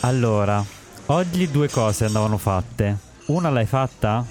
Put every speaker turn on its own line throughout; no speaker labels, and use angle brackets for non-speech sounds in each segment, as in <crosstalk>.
Allora, oggi due cose andavano fatte. Una l'hai fatta?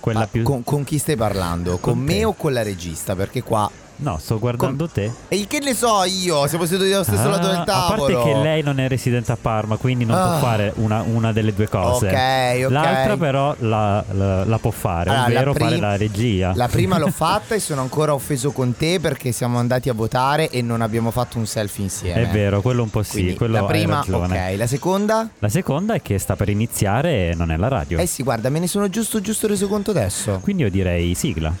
Quella
Ma
più...
con, con chi stai parlando? Con,
Con
me
te.
o con la regista? Perché qua.
No, sto guardando te.
E che ne so io? Siamo seduti allo stesso
Ah,
lato del
a
tavolo.
parte che lei non è residente a Parma, quindi non
Ah.
può fare una, una delle due cose.
Ok, ok.
L'altra però la, la- la può fare,
Allora, la
ovvero
prim-
fare la regia.
La prima
<laughs>
l'ho fatta e sono ancora offeso con te perché siamo andati a votare e non abbiamo fatto un selfie insieme.
È vero, quello un po' sì,
Quindi,
quello
la
hai
prima,
ragione.
ok. La seconda?
La seconda è che sta per iniziare e non è la radio.
Eh sì, guarda, me ne sono giusto giusto reso conto adesso.
Quindi io direi sigla.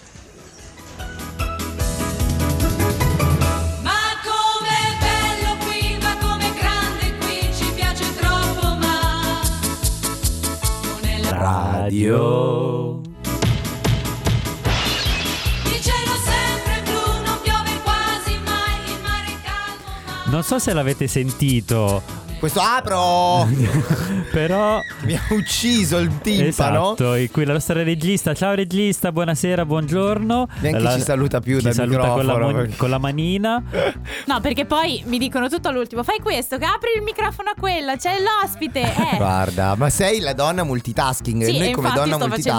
Ma com'è bello qui, ma com'è grande qui, ci piace troppo, ma non è la
Radio.
Il cielo sempre blu, non piove quasi mai, il mare è calmo, ma
Non so se l'avete sentito,
Questo apro!
<laughs> però
Mi ha ucciso il timpano.
esatto, e qui la nostra regista. Ciao regista, buonasera, buongiorno.
Neanche
La-
ci saluta più
ci
dal
saluta con la,
microfono,
mon-
perché-
con la manina.
No, perché poi mi dicono tutto all'ultimo: fai questo, che apri il microfono a quella, c'è l'ospite. Eh.
Guarda, ma sei la donna multitasking. e
Sì,
noi
e
come
infatti
donna
sto facendo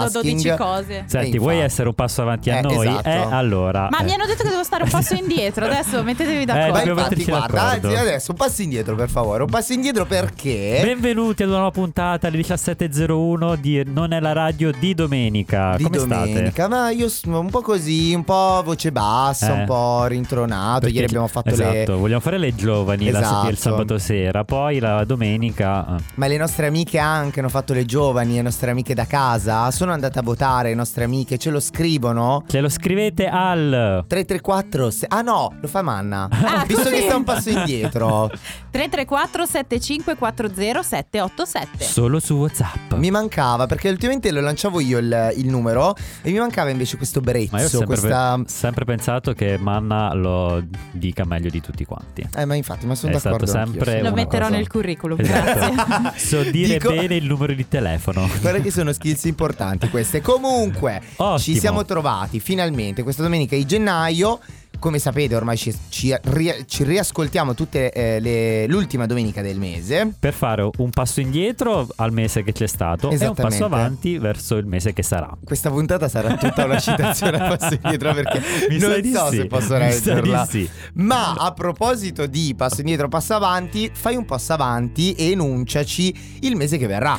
12
multitasking.
cose.
Senti,
Eh,
vuoi
infatti.
essere un passo avanti a
Eh,
noi?
esatto.
Eh, allora.
Ma
eh.
mi hanno detto che devo stare un
<laughs>
passo indietro. Adesso mettetevi d'accordo.
Ma
dobbiamo
infatti,
metterci
guarda,
d'accordo.
anzi, adesso un Eh? passo indietro, per favore. Un passo indietro perché.
Benvenuti ad una nuova puntata alle 17.01 di Non è la radio di domenica.
di
Come
domenica,
state?
ma io sono un po' così, un po' voce bassa,
Eh.
un po' rintronato.
Perché-
Ieri abbiamo fatto
esatto,
le.
vogliamo fare le giovani la-
Esatto.
il sabato sera, poi la domenica. eh.
Ma le nostre amiche anche hanno fatto le giovani, le nostre amiche da casa. Sono andate a votare, le nostre amiche, ce lo scrivono.
Ce lo scrivete al
334 se- Ah no, lo fa Manna.
Ah,
Visto
così.
che sta un passo indietro.
334 7540 787
<laughs> solo su WhatsApp.
Mi mancava perché ultimamente lo lanciavo io il, il numero e mi mancava invece questo
Ma io ho
brezzo,
sempre,
questa...
sempre pensato che Manna lo dica meglio di tutti quanti.
Eh ma infatti, ma sono
È stato
d'accordo anch'io,
sempre
sono
una
Lo metterò
d'accordo.
cosa.
nel curriculum. Grazie.
<laughs>
Esatto. So dire
Ah, Dico-
bene il numero di telefono.
Guarda che sono skills importanti queste. Comunque,
Ottimo.
ci siamo trovati finalmente questa domenica di gennaio. Come sapete, ormai ci, ci ri- ci riascoltiamo tutte eh, le- l'ultima domenica del mese.
Per fare un passo indietro al mese che c'è stato e un
Esattamente.
passo avanti verso il mese che sarà.
Questa puntata sarà tutta una
<laughs>
citazione a passo indietro perché
Mi sa
non
di
so
sì,
se posso
mi sa di
reggerla.
sì.
Ma a proposito di passo indietro, passo avanti, fai un passo avanti e enunciaci il mese che verrà.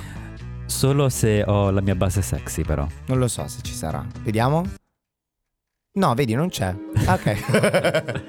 Solo se ho la mia base sexy, però.
Non lo so se ci sarà. Vediamo. No, vedi, non c'è. Ok.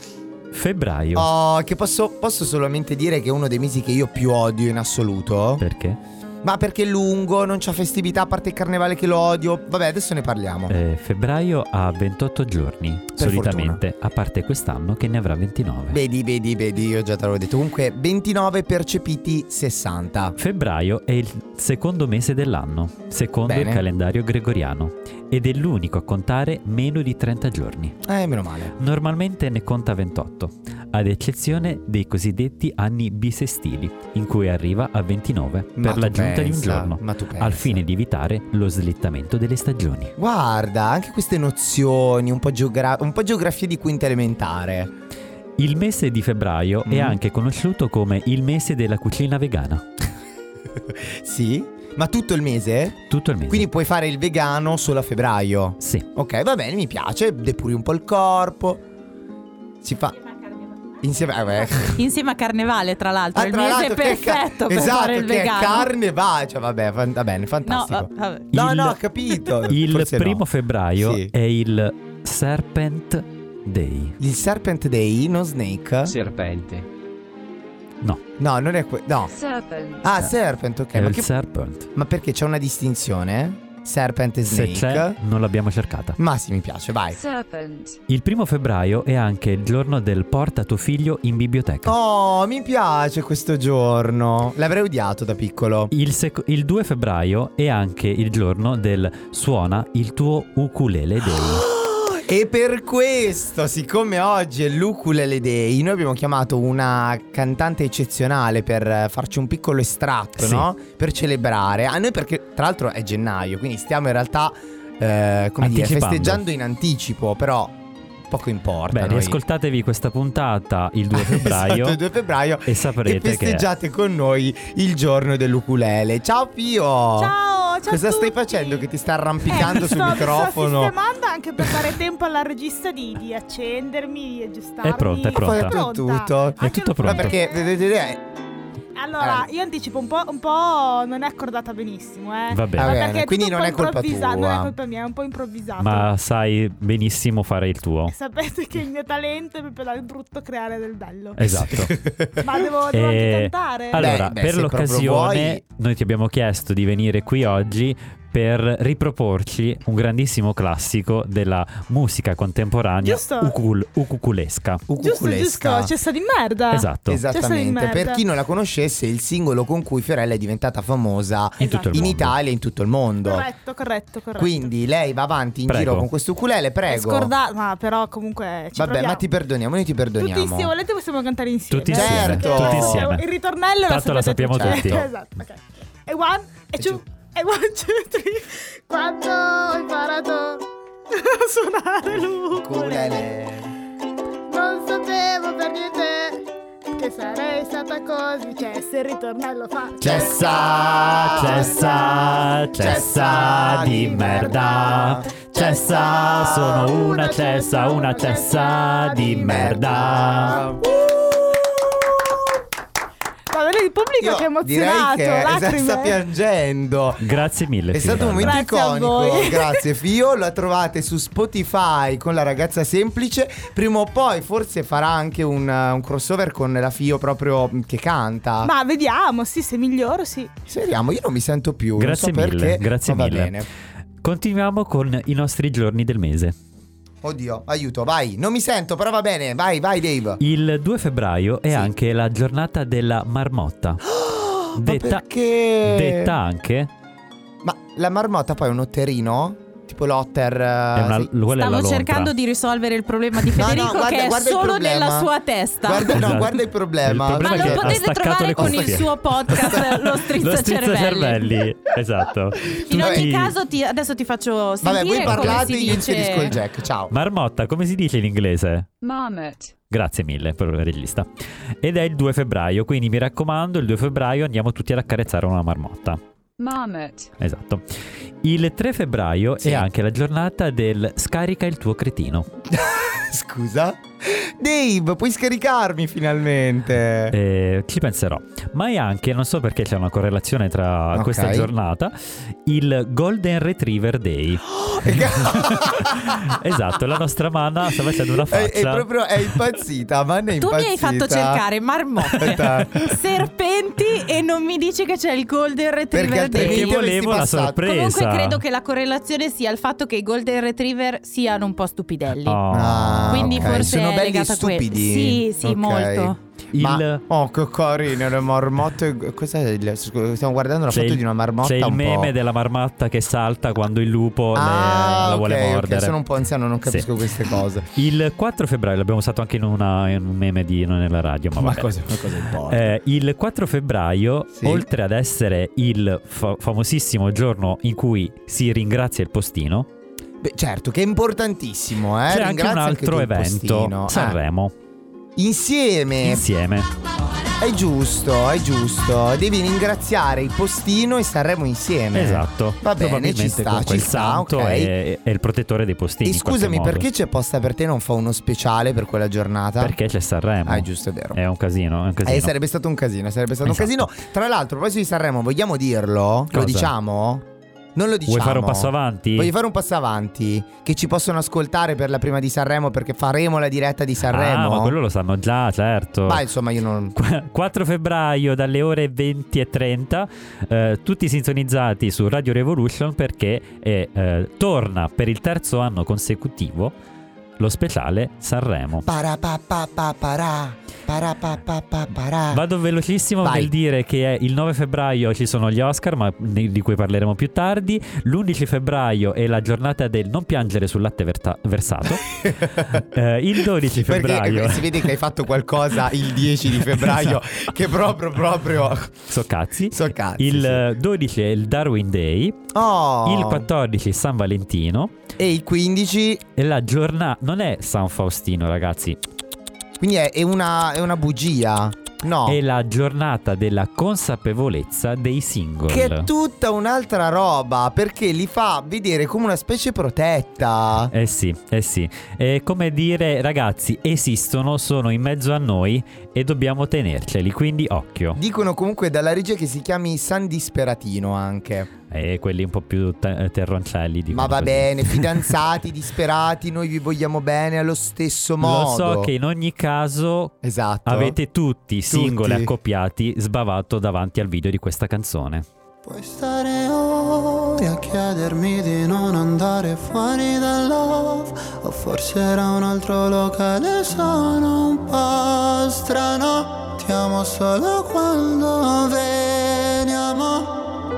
<laughs> Febbraio.
Oh, che posso, posso solamente dire che è uno dei mesi che io più odio in assoluto.
Perché?
Ma perché è lungo, non c'ha festività, a parte il carnevale che lo odio. Vabbè, adesso ne parliamo.
Eh, febbraio ha 28 giorni, solitamente, a parte quest'anno che ne avrà 29.
Vedi, vedi, vedi, io già te l'avevo detto. Comunque, 29 percepiti 60.
Febbraio è il secondo mese dell'anno, secondo
Bene.
il calendario gregoriano, ed è l'unico a contare meno di 30 giorni.
Eh, meno male.
Normalmente ne conta 28, ad eccezione dei cosiddetti anni bisestili, in cui arriva a 29
Ma
per
tu
l'aggiunta di un
pensa,
giorno,
Ma tu pensa.
al fine di evitare lo slittamento delle stagioni.
Guarda, anche queste nozioni, un po', geogra- un po' geografia di quinta elementare.
Il mese di febbraio è
Mm.
anche conosciuto come il mese della cucina vegana.
<laughs> Sì? Ma tutto il mese?
Tutto il mese.
Quindi puoi fare il vegano solo a febbraio.
Sì.
Ok, va bene, mi piace, depuri un po' il corpo. Si fa insieme
<laughs>
eh, beh.
Insieme a Carnevale, tra l'altro.
Ah,
è il
tra
mese
l'altro, che è ca-
perfetto per
esatto,
fare il
che
vegano.
è carne va, cioè vabbè, fan- va bene,
no,
fantastico.
va- vabbè.
No,
Il-
no, ho capito.
<laughs> Il
Forse no.
primo febbraio
Sì.
è il Serpent Day.
Il Serpent Day, non Snake?
Serpente.
No, non è que- no. Ah, Serpent, ok,
Eh. è
ma,
il
che-
Serpent.
ma perché c'è una distinzione? Serpent e
Se
Snake?
c'è, non l'abbiamo cercata.
Ma sì, mi piace, vai.
Il primo febbraio è anche il giorno del porta tuo figlio in biblioteca.
Oh, mi piace questo giorno. L'avrei odiato da piccolo.
Il, sec- il 2 febbraio è anche il giorno del suona il tuo ukulele day.
<gasps> E per questo, siccome oggi è l'Ukulele Day, noi abbiamo chiamato una cantante eccezionale per eh, farci un piccolo estratto,
Sì.
no? Per celebrare. A noi perché, tra l'altro, è gennaio, quindi stiamo in realtà, eh, come dire,
Anticipando.
festeggiando in anticipo, però poco importa.
Beh,
noi-
riascoltatevi questa puntata il 2 febbraio
<laughs> Esatto, il 2 febbraio
e
e
saprete che è.
festeggiate con noi il giorno dell'ukulele. Ciao Pio!
Ciao, ciao
Cosa
a
stai
tutti.
facendo che ti sta
Eh,
arrampicando
mi
sul
sto-
microfono?
Mi sto sistemando anche per dare tempo alla regista di, di accendermi, di aggiustarmi.
È pronta, è pronta.
Sono pronta.
Tutto. È
Anche
tutto
lo-
pronto.
Ma perché eh,
Allora, io anticipo un po', un po' non è accordata benissimo, eh.
Va
Ah,
bene,
Ma
bene,
perché è
quindi
tutto
non
un
è colpa
po' improvvisato,
tua.
Non è colpa mia, è un po' improvvisato.
ma sai benissimo fare il tuo.
Sapete che il mio talento è proprio dal brutto creare del bello.
<laughs>
<laughs> Esatto.
<laughs> Ma devo, devo
Eh,
anche cantare.
Allora,
Beh, beh,
per
se proprio
l'occasione,
vuoi-
noi ti abbiamo chiesto di venire qui oggi per riproporci un grandissimo classico della musica contemporanea
Giusto.
ucul- ucuculesca.
Giusto,
ucuculesca.
giusto, cessa di merda.
Esatto.
Cessa di
Esattamente,
merda.
per chi non la conoscesse, è il singolo con cui Fiorella è diventata famosa
In tutto il
in
mondo.
Italia e in tutto il mondo.
Corretto, corretto, corretto.
Quindi lei va avanti in
Prego.
giro con questo ukulele, prego.
Scorda- ma però comunque ci
Vabbè,
proviamo.
ma ti perdoniamo, noi ti perdoniamo.
Tutti insieme, volete possiamo cantare insieme.
Tutti
eh?
insieme,
Certo.
tutti
Eh,
insieme.
Il ritornello
Tanto
sapete
la sappiamo
tutti.
tutti.
esatto, ok. E one, e two,
two.
e one, two, three. Quando ho imparato a suonare l'ukulele,
Ukulele.
non sapevo per niente che sarei stata così. Cioè, se il ritornello fa...
Cessa,
Cessa, cessa di merda. Cessa, sono una cessa, una cessa di merda.
Ma vedi il pubblico
Io
che è emozionato,
direi che esatto,
lacrime.
sta piangendo.
Grazie mille.
È stato un
Fiorella.
momento
Grazie a
iconico,
voi.
<laughs>
<laughs>
grazie Fio, la trovate su Spotify con la ragazza semplice, prima o poi forse farà anche un, uh, un crossover con la Fio proprio mm, che canta.
Ma vediamo, sì, se miglioro, sì.
Speriamo, io non mi sento più,
Grazie
non so
mille,
perché,
grazie
ma va
mille.
bene.
Continuiamo con i nostri giorni del mese.
Oddio, aiuto, vai, non mi sento, però va bene, vai, vai Dave.
Il 2 febbraio è
Sì.
anche la giornata della marmotta.
<gasps> ma
detta,
perché?
detta anche.
Ma la marmotta poi è un otterino? Tipo l'otter? uh,
È una,
sì.
qual è la
Stavo
lontra?
cercando di risolvere il problema di
No, no,
Federico
guarda-
che è
guarda il
solo
problema.
nella sua testa.
Guarda, no,
Esatto.
guarda il problema.
Il problema
Ma
è
lo
che ha
potete
staccato
trovare
le
con il
cuffie.
suo
<laughs>
podcast Lo
Lo
Strizza
strizza
Cervelli. <laughs>
cervelli, esatto.
In ogni
Tutti-
caso ti- adesso ti faccio sentire
Vabbè, voi
come
parlate e
si
io
dice.
inserisco il jack, ciao.
Marmotta, come si dice in inglese?
Marmot.
Grazie mille per la regista. Ed è il 2 febbraio, quindi mi raccomando, il 2 febbraio andiamo tutti ad accarezzare una marmotta.
Marmot.
Esatto. Il 3 febbraio
Sì.
è anche la giornata del scarica il tuo cretino.
<laughs> Scusa? Dave, puoi scaricarmi <laughs> finalmente.
Eh, ci penserò. Ma è anche, non so perché c'è una correlazione tra
Ok.
questa giornata, il Golden
<gasps>
Retriever Day. esatto, la nostra Manna sta facendo una
<laughs> È, è
faccia.
proprio è impazzita, ma ne è
Tu mi hai
impazzita.
fatto cercare
<laughs>
<laughs>
marmotte,
Aspetta.
serpenti e non mi dici che c'è il Golden
Perché
Retriever Day.
Perché
altrimenti avresti
volevo la
passato.
sorpresa.
Comunque credo che la correlazione sia il fatto che i Golden Retriever siano un po' stupidelli.
Oh.
Ah,
Quindi
ok.
forse
sono
è
belli e
legata a quello.
stupidi.
Sì, sì,
Ok.
molto.
Ma,
Il-
oh, che carino, le marmotte. Cos'è? il- scusa, Stiamo guardando una
C'è
foto
il-
di una marmotta.
C'è il
un
meme
po'.
della marmotta che salta quando il lupo le-
Ah,
la
ok,
vuole
ok,
mordere.
sono un po' anziano, non
Sì.
capisco queste cose.
Il 4 febbraio, l'abbiamo usato anche in, una- in un meme di non nella radio, ma,
Ma
vabbè.
cosa, ma cosa importa?
Eh, il 4 febbraio,
Sì.
oltre ad essere il fa- famosissimo giorno in cui si ringrazia il postino,
Beh, certo, che è importantissimo, eh.
c'è anche
Ringrazio
un altro
anche tu,
evento,
Postino.
Sanremo,
Ah, insieme.
insieme.
È giusto, è giusto. Devi ringraziare il postino e staremo insieme.
Esatto,
Va bene,
probabilmente
ci sta,
con
ci
quel
sta,
santo
ok.
è, è il protettore dei postini.
E
in qualche
scusami,
modo.
perché c'è posta per te non fa uno speciale per quella giornata?
Perché c'è Sanremo.
Ah, è giusto, è vero.
È un casino, è un casino.
Eh, sarebbe stato un casino, sarebbe stato
Esatto.
un casino. Tra l'altro, a proposito di Sanremo, vogliamo dirlo?
Cosa?
Lo diciamo? Non lo diciamo.
Vuoi fare un passo avanti?
Voglio fare un passo avanti. Che ci possono ascoltare per la prima di Sanremo perché faremo la diretta di Sanremo.
Ah, ma quello lo sanno già, certo.
Ma insomma, io non.
<laughs> Qu- 4 febbraio dalle ore 20 e 30 eh, tutti sintonizzati su Radio Revolution perché eh, eh, torna per il terzo anno consecutivo lo speciale Sanremo.
Para pa pa pa para. Para pa pa pa para.
Vado velocissimo
Ah, Vai.
nel dire che eh, il 9 febbraio ci sono gli Oscar, ma ne- di cui parleremo più tardi. L'11 febbraio è la giornata del non piangere sul latte verta-
<laughs>
versato. Eh, il 12 febbraio.
Perché si vede che hai fatto qualcosa il 10 di
<laughs>
febbraio
Esatto.
che proprio proprio
So cazzi.
so cazzi.
Il
sì.
eh, 12 è il Darwin Day,
Oh,
il 14 è San Valentino
e il 15
e la giornata non è San Faustino, ragazzi.
Quindi è, è una, è una bugia. No.
È la giornata della consapevolezza dei single.
Che è tutta un'altra roba perché li fa vedere come una specie protetta.
Eh sì, eh sì. È come dire, ragazzi, esistono, sono in mezzo a noi e dobbiamo tenerceli, quindi occhio.
Dicono comunque dalla regia che si chiami San Disperatino anche.
E quelli un po' più te- terroncelli dicono
Ma va
così. <laughs>
bene, fidanzati, disperati, noi vi vogliamo bene allo stesso
Lo
modo.
so che in ogni caso
Esatto.
avete tutti, singoli
Tutti.
accoppiati, sbavato davanti al video di questa canzone.
Puoi stare ore a chiedermi di non andare fuori dal love O forse era un altro locale, sono un po' strano Ti amo solo quando veniamo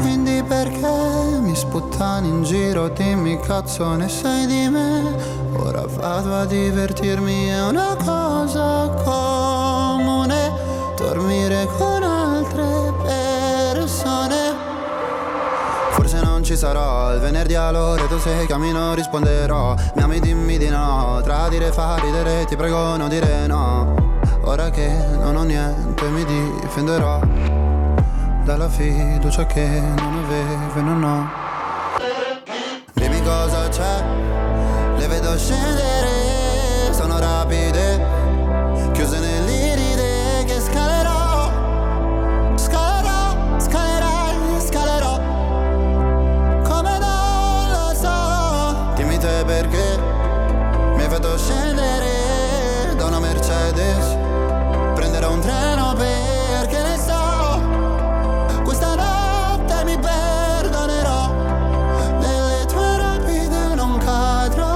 Quindi perché mi sputtani in giro, dimmi cazzo ne sai di me Ora vado a divertirmi, è una cosa comune Dormire con altre persone Forse non ci sarò, il venerdì all'ora tu se chiami non risponderò Mi ami dimmi di no, tradire fa ridere ti prego non dire no Ora che non ho niente mi difenderò Dalla fiducia che non avevo e non ho Dimmi cosa c'è, le vedo scendere, sono rapide Chiuse nell'iride che scalerò Scalerò, scalerai, scalerò Come non lo so Dimmi te perché Mi vedo scendere da una Mercedes Prenderò un treno perché ne so Questa notte mi perdonerò Nelle tue rapide non cadrò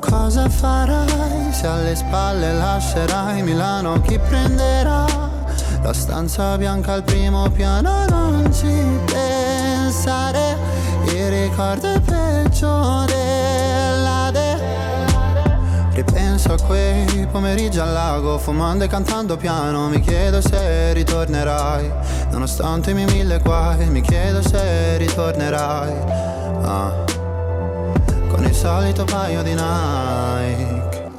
Cosa farai se alle spalle lascerai Milano? Chi prenderà la stanza bianca al primo piano? Non ci pensare, il ricordo è peggio dell'ade. Ripenso a quei pomeriggi al lago, fumando e cantando piano. Mi chiedo se ritornerai, nonostante i miei mille guai. Mi chiedo se ritornerai. Ah con il solito paio di Nike.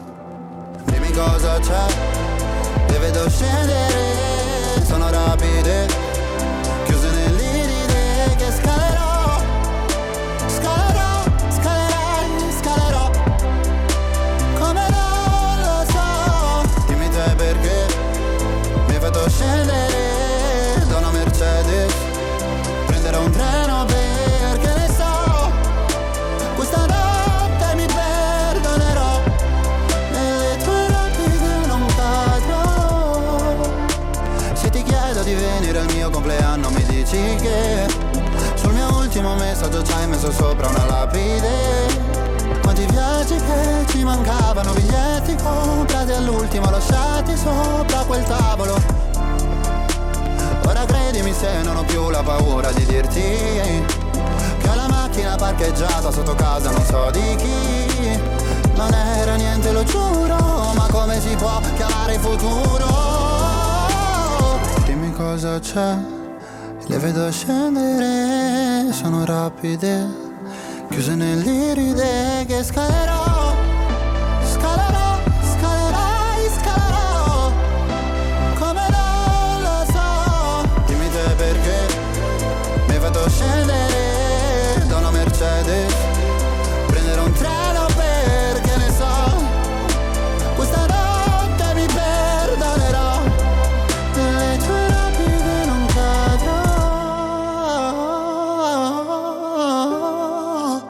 Dimmi cosa c'è, le vedo scendere, sono rapide, chiuse nell'iride che scalerò, scalerò, scalerai, scalerò, come non lo so. Dimmi te perché mi hai fatto scendere da una Mercedes, prenderò un treno perché ne so questa notte mi perdonerò Nelle tue rapide non cadrò Se ti chiedo di venire al mio compleanno mi dici che Sul mio ultimo messaggio ci hai messo sopra una lapide Quanti viaggi che ci mancavano Biglietti comprati all'ultimo Lasciati sopra quel tavolo Ora credimi se non ho più la paura di dirti Che ho la macchina parcheggiata sotto casa non so di chi Non era niente lo giuro Ma come si può chiamare il futuro? Dimmi cosa c'è Le vedo scendere Sono rapide Chiuse nell'iride che scalerò Scalerò, scalerai, scalerò come non lo so Dimmi te perché mi vado a scendere da una Mercedes Prenderò un treno perché ne so Questa notte mi perdonerò Nelle tue rapide non cadrò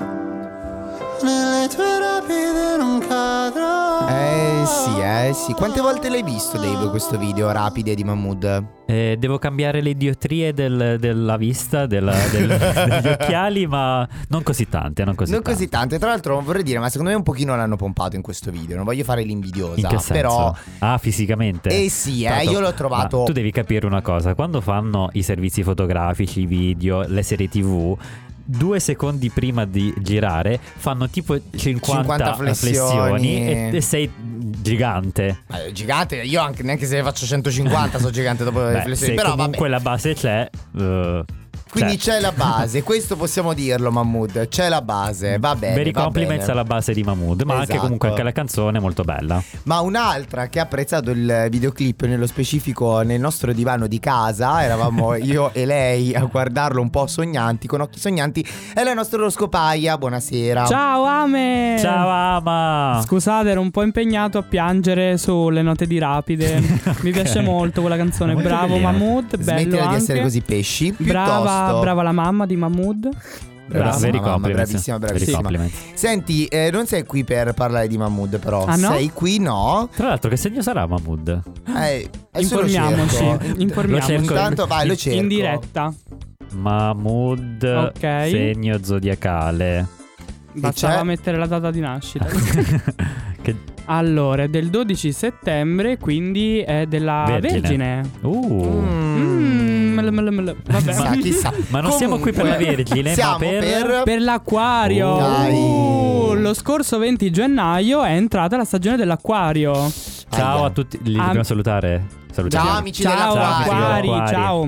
Nelle tue rapide non cadrò <laughs>
Eh sì, eh sì. Quante volte l'hai visto, Dave, questo video rapide di Mahmood?
Eh, devo cambiare le diotrie del- della vista, della-
<laughs>
del- degli occhiali, ma non così tante, non così
non
tante.
così tante. Tra l'altro vorrei dire, ma secondo me un pochino l'hanno pompato in questo video. Non voglio fare l'invidiosa.
In che
Esatto,
senso?
Però.
Ah, fisicamente.
Eh sì, eh,
Tanto-
io l'ho
Ma
trovato.
tu devi capire una cosa, quando fanno i servizi fotografici, i video, le serie tv, due secondi prima di girare fanno tipo 50,
50 flessioni.
e, e sei gigante.
Ma è eh, gigante, io anche, neanche se ne faccio 150 sono gigante dopo le
Beh,
riflessioni.
se
Però
comunque
vabbè.
la base c'è, eh,
Quindi
Cioè.
c'è la base, questo possiamo dirlo, Mahmood. C'è la base, va bene.
Veri
va
compliments
bene.
alla base di Mahmood, ma anche
Esatto.
comunque anche la canzone è molto bella.
Ma un'altra che ha apprezzato il videoclip, nello specifico nel nostro divano di casa,
<laughs>
eravamo io e lei a guardarlo un po' sognanti, con occhi sognanti, è la nostra Roscopaia. Buonasera.
Ciao Ame!
Ciao Ama!
Scusate, ero un po' impegnato a piangere sulle note di
<laughs>
Rapide. Mi piace
Ok.
molto quella canzone.
Molto
Bravo
carina.
Mahmood, bello
Smettila
anche.
di essere così pesci.
Brava,
Piuttosto-
brava la mamma di Mahmood.
Brava,
Brava,
veri
mamma,
compliments.
bravissima,
Veri
bravissima.
compliments.
Senti, eh, non sei qui per parlare di Mahmood, però.
Ah, no?
Sei qui, no?
Tra l'altro, che segno sarà Mahmood?
Eh, adesso lo
Informiamoci,
cerco.
<laughs> informiamoci.
Lo cerco.
Intanto vai, lo
In-
cerco.
In diretta.
Mahmood,
Ok.
segno zodiacale.
Bastava
c'è?
mettere la data di nascita.
<laughs> Che-
allora, è del 12 settembre, quindi è della
Vergine.
Vergine.
uh.
Mm, mel- mel- mel- Vabbè.
Chissà, chissà.
<laughs> Ma non siamo qui per la
Comunque,
Vergine, ma
Siamo Oh,
per-
Per l'acquario,
Dai.
Uh, lo scorso 20 gennaio è entrata la stagione dell'acquario.
Ciao
Aia.
a tutti, li
Am-
dobbiamo salutare. Salutiamo.
Ciao, amici
Ciao,
dell'acquario.
acquari,
Acquari.
ciao.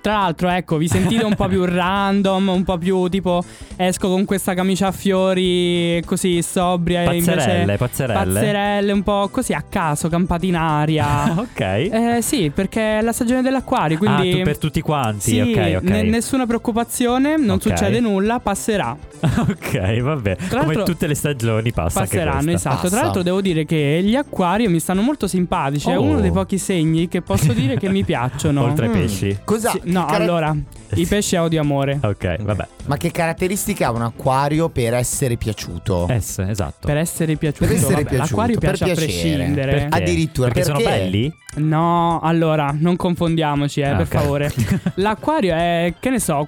Tra l'altro, ecco, vi sentite un po' più
<laughs>
random, un po' più tipo esco con questa camicia a fiori così sobria e
Pazzerelle,
invece
pazzerelle.
pazzerelle, un po' così a caso, campate in aria.
<laughs> ok.
eh sì, perché è la stagione dell'acquario, quindi
ah, tu per tutti quanti.
Sì,
ok, ok.
ne- nessuna preoccupazione, non
Ok.
succede nulla, passerà.
<laughs> ok, vabbè. Come
l'altro-
tutte le stagioni passa anche
Passeranno,
questa.
esatto.
Passa.
Tra l'altro devo dire che gli acquari mi stanno molto simpatici, è
Oh.
uno dei pochi segni che posso
<laughs>
dire che mi piacciono.
Oltre ai
Mm.
pesci.
Cosa?
Sì, no,
cara-
allora, i pesci odio amore.
Ok, vabbè.
Ma che caratteristiche ha un acquario per essere piaciuto?
S, esatto.
Per essere piaciuto,
Per essere
vabbè,
piaciuto,
l'acquario
per
piace a
piacere.
prescindere.
Perché?
Addirittura,
perché, sono
perché?
belli?
No, allora, non confondiamoci, eh,
Ah,
per
ok. <laughs>
favore. L'acquario è, che ne so,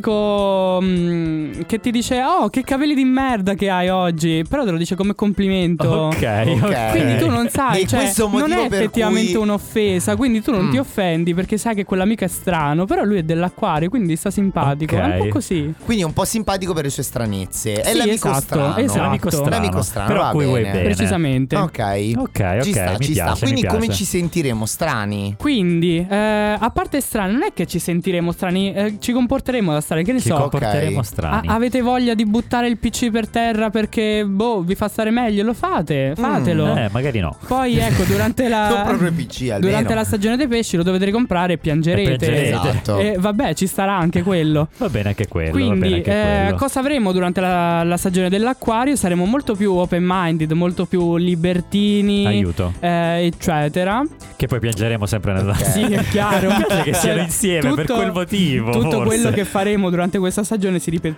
quell'amico mm, che ti dice "Oh, che capelli di merda che hai oggi", però te lo dice come complimento.
Ok, ok.
Ok.
Quindi tu non sai,
E
cioè,
questo
non
motivo
è
per
effettivamente
cui-
un'offesa, quindi tu non
Mm.
ti offendi perché sai che quell'amico è strano, però lui è dell'acquario, quindi sta simpatico, è
Ok.
un po' così.
Quindi è un po' simpatico per le sue stranezze. È
Sì,
l'amico
esatto,
strano.
esatto.
L'amico
Esatto.
strano.
L'amico strano,
Però
va
a cui vuoi
bene.
bene.
Precisamente.
Ok.
Ok, ok,
Ci sta,
mi
ci
piace,
sta. Quindi
mi piace.
come ci sentiremo strani?
Quindi, eh, a parte strani, non è che ci sentiremo strani, eh, ci comporteremo da strani, che ne
Ci
so.
comporteremo
ok.
strani.
A- avete voglia di buttare il PC per terra perché boh, vi fa stare meglio? Lo
Mm.
fate, fatelo.
Eh, magari no.
Poi ecco, durante
<laughs> Non
la
proprio PC almeno.
durante la stagione dei pesci lo dovrete comprare e piangerete.
E piangerete.
Esatto.
E vabbè, ci starà anche quello.
Va bene anche quello. va bene
Quindi,
anche
eh,
quello.
cosa avremo durante la, la stagione dell'acquario? Saremo molto più open-minded, molto più libertini,
Aiuto.
eh, eccetera.
Che poi piangeremo sempre nella
Ok.
Sì, è
<laughs>
chiaro.
Mi piace che
Cioè,
siano insieme per quel motivo,
Tutto
forse.
quello che faremo durante questa stagione si riper-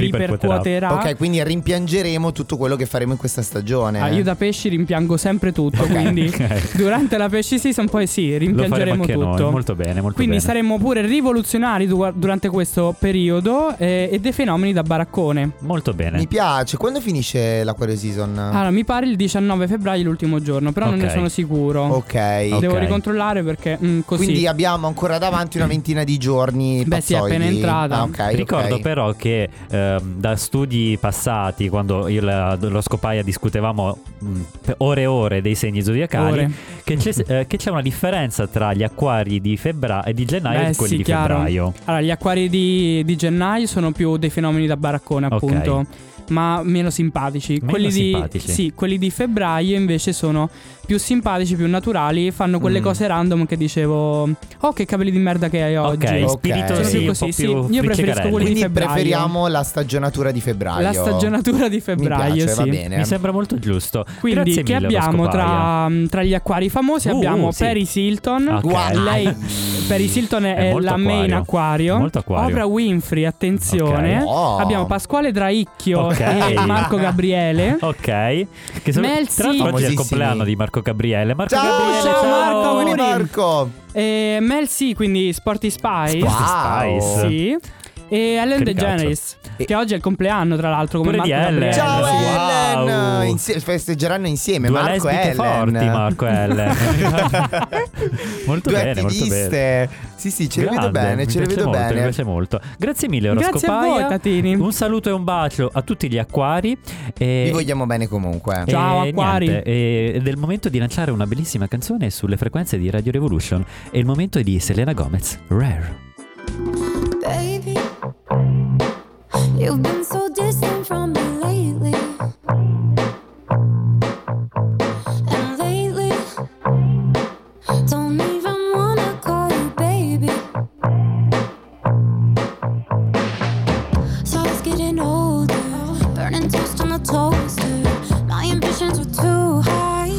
ripercuoterà.
Ok, quindi rimpiangeremo tutto quello che faremo in questa stagione.
Ah, io da pesci rimpiango sempre tutto, quindi
<laughs> ok.
durante la pesci season poi sì,
Lo faremo
rimpiangeremo
anche
tutto.
noi. Molto bene, molto
quindi
bene.
saremmo pure rivoluzionari du- durante questo periodo eh, e dei fenomeni da baraccone.
Molto bene.
Mi piace. Quando finisce l'Aquario Season?
Allora, mi pare il 19 febbraio è l'ultimo giorno, però non
Ok.
ne sono sicuro.
ok.
Ok.
Devo ricontrollare perché mm, così.
Quindi abbiamo ancora davanti una ventina di giorni.
Beh, sì, è
pazzoidi.
appena entrata.
Ah, ok,
Ricordo
ok.
però che ehm, da studi passati, quando io e la- lo scopaia discutevamo mh, per ore e ore dei segni zodiacali,
Ore.
Che, c'è, eh, che c'è una differenza tra gli acquari di, febbra- eh, di gennaio
Beh,
e quelli
sì,
di
chiaro.
febbraio.
Allora, gli acquari di, di gennaio sono più dei fenomeni da baraccone,
Ok.
appunto. Ma meno simpatici.
Meno
quelli
simpatici.
Di, sì, quelli di febbraio invece sono più simpatici, più naturali. Fanno quelle
Mm.
cose random che dicevo. Oh, che capelli di merda che hai oggi.
Ok,
Ok.
spirito
Sono
sì,
più
un
così,
po'
sì.
più
Io preferisco
friccicarelli.
quelli-
Quindi
febbraio.
preferiamo la stagionatura di febbraio.
La stagionatura di febbraio,
Mi piace, va
sì.
bene.
Mi sembra molto giusto.
Quindi,
Grazie
che
mille, lo
abbiamo
scopaia.
tra, tra gli acquari famosi?
Uh,
abbiamo
sì.
Paris Hilton.
Ok.
Guai.
Lei, Paris Hilton è,
È molto
la main
acquario.
acquario.
Molto acquario.
Oprah Winfrey, attenzione.
Ok.
Oh.
Abbiamo Pasquale Draicchio
Ok.
e Marco Gabriele.
<laughs> Ok, che sono-
Mel
tra l'altro oggi è il
Famosissimi.
compleanno di Marco Gabriele. Marco
Ciao,
Gabriele,
ciao, Marco,
auguri,
auguri.
Marco.
E Mel C, quindi Sporty Spice.
Wow.
Spice.
Sì. E Ellen
Che
DeGeneres,
E-
che oggi è il compleanno, tra l'altro, come
Pure di
Marco
Ellen.
Gabriele.
Ciao
Wow.
Ellen. Insie- festeggeranno insieme
Due
Marco e
lesbiche
Ellen.
forti, Marco e Ellen.
<laughs>
molto
Due
bene, molto bene.
attiviste. Sì, sì, ce le vedo
Grande,
bene,
mi
ce le
piace
vedo
molto, Mi
bene.
piace molto. Grazie mille,
Grazie a voi,
Oroscopaia.
Tatini.
Un saluto e un bacio a tutti gli acquari. E...
Vi vogliamo bene comunque.
e
Ciao, acquari.
niente, e- ed è il momento di lanciare una bellissima canzone sulle frequenze di Radio Revolution. È il momento di Selena Gomez, Rare.
Te
Don't even wanna call you baby. So I was getting older, burning toast on the toaster. My ambitions were too high.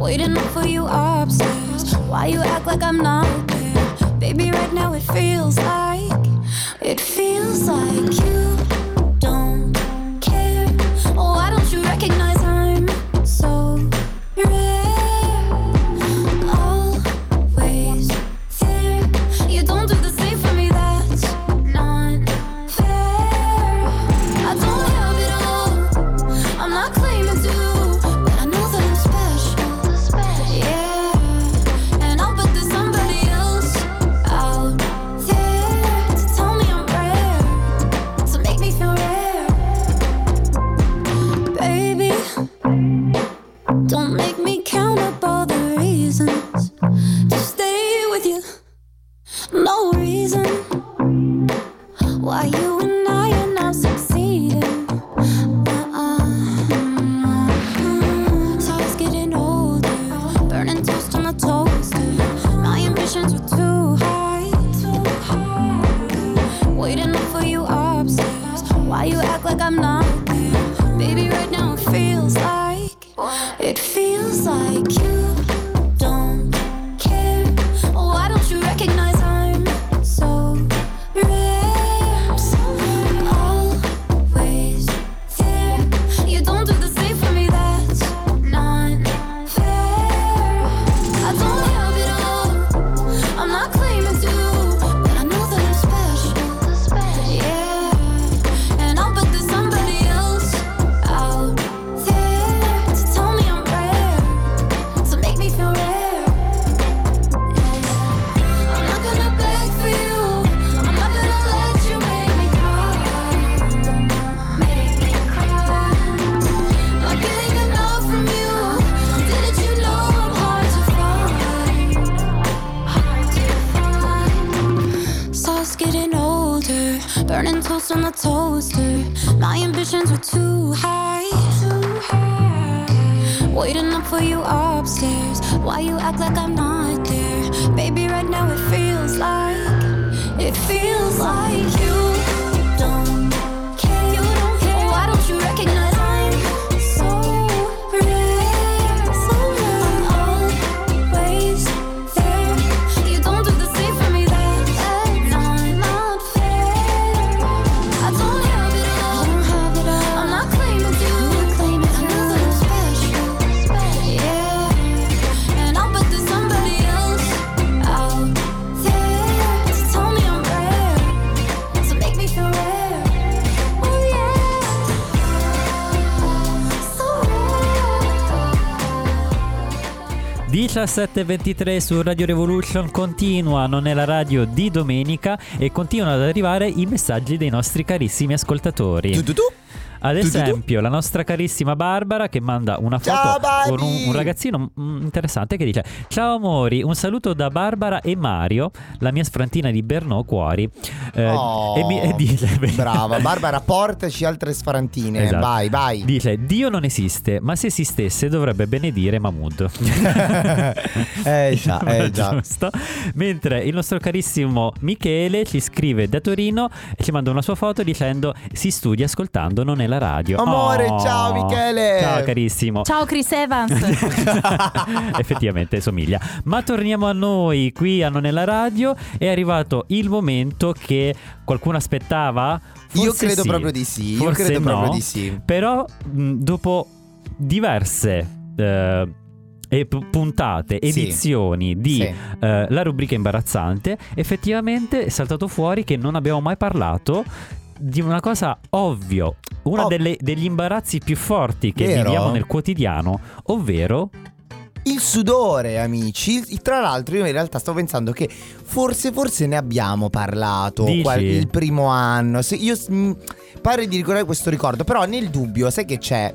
Waiting up for you upstairs. Why you act like I'm not there? Baby, right now it feels like it feels like you don't care. Oh, why don't you recognize I'm so rare? Always there. You don't do the same for me, that's not fair. I don't have it all. I'm not claiming to, but I know that I'm special. Yeah, and I'll bet there's somebody else out there to tell me I'm rare, to make me feel rare, baby. Don't make me count up all the reasons to stay with you. No reason why you and I are not succeeding. Uh-uh. So I was getting older, burning toast on the toaster. My ambitions were too high, too high. Waiting up for you upstairs. Why you act like I'm not there? Baby, right now it feels like it feels like you don't care. Oh, why don't you recognize I'm so rare? Always there. You don't do the same for me. That's not fair. I don't have it all. I'm not claiming to, but I know that I'm special. Yeah, and I'll bet there's somebody else out there to tell me I'm rare, to make me feel rare. I'm not gonna beg for you. I'm not gonna let you make me cry, make me cry. Not getting enough from you. Didn't you know I'm hard to find? Hard to find. So I was getting older, burning toast on the toaster. My ambitions were too high, too high. Waiting up for you upstairs. Why you act like I'm not there? Baby, right now it feels like it feels like you don't care. You don't care. Why don't you recognize I'm so rare? So I'm always there. You don't do the same for me. That's not, not fair. I don't have it all. I'm not claiming you. I know that I'm special. Yeah. And I'll bet there's somebody else out there to tell me I'm rare, to make me feel rare. Oh yeah. So rare.
17.23 su Radio Revolution continua, non è la radio di domenica e continuano ad arrivare i messaggi dei nostri carissimi ascoltatori.
Tu, tu, tu.
Ad
tu, tu.
esempio, la nostra carissima Barbara che manda una foto
Ciao,
con un,
Barbie!
un ragazzino mm, interessante che dice: Ciao amori, un saluto da Barbara e Mario, la mia sfrantina di Bernò Cuori. Eh,
Oh,
e mi- e dice: <laughs>
Brava, Barbara, portaci altre sfarantine.
Esatto.
Vai, vai.
Dice: Dio non esiste, ma se esistesse dovrebbe benedire
<laughs>
Mahmood.
Eh
<laughs>
già, eh già.
Giusto. Mentre il nostro carissimo Michele ci scrive da Torino e ci manda una sua foto dicendo: Si studia ascoltando, non è la radio. Oh.
Amore, ciao, Michele.
Ciao carissimo.
Ciao Chris
<laughs>
Evans.
Effettivamente somiglia. Ma torniamo a noi qui a Non è la radio. È arrivato il momento che qualcuno aspettava.
Io
Forse
credo
sì.
proprio di sì. Io
Forse
credo proprio
no.
di sì.
Però mh, dopo diverse eh, e pu- puntate,
Sì.
edizioni di
Sì.
eh, la rubrica imbarazzante, effettivamente è saltato fuori che non abbiamo mai parlato di una cosa ovvio, uno
Ov-
delle- degli imbarazzi più forti che
Vero?
viviamo nel quotidiano, ovvero
Il sudore, amici. Il- Tra l'altro, io in realtà sto pensando che forse, forse ne abbiamo parlato
Dici?
il primo anno. Se io s- mh, pare di ricordare questo ricordo, però nel dubbio, sai che c'è?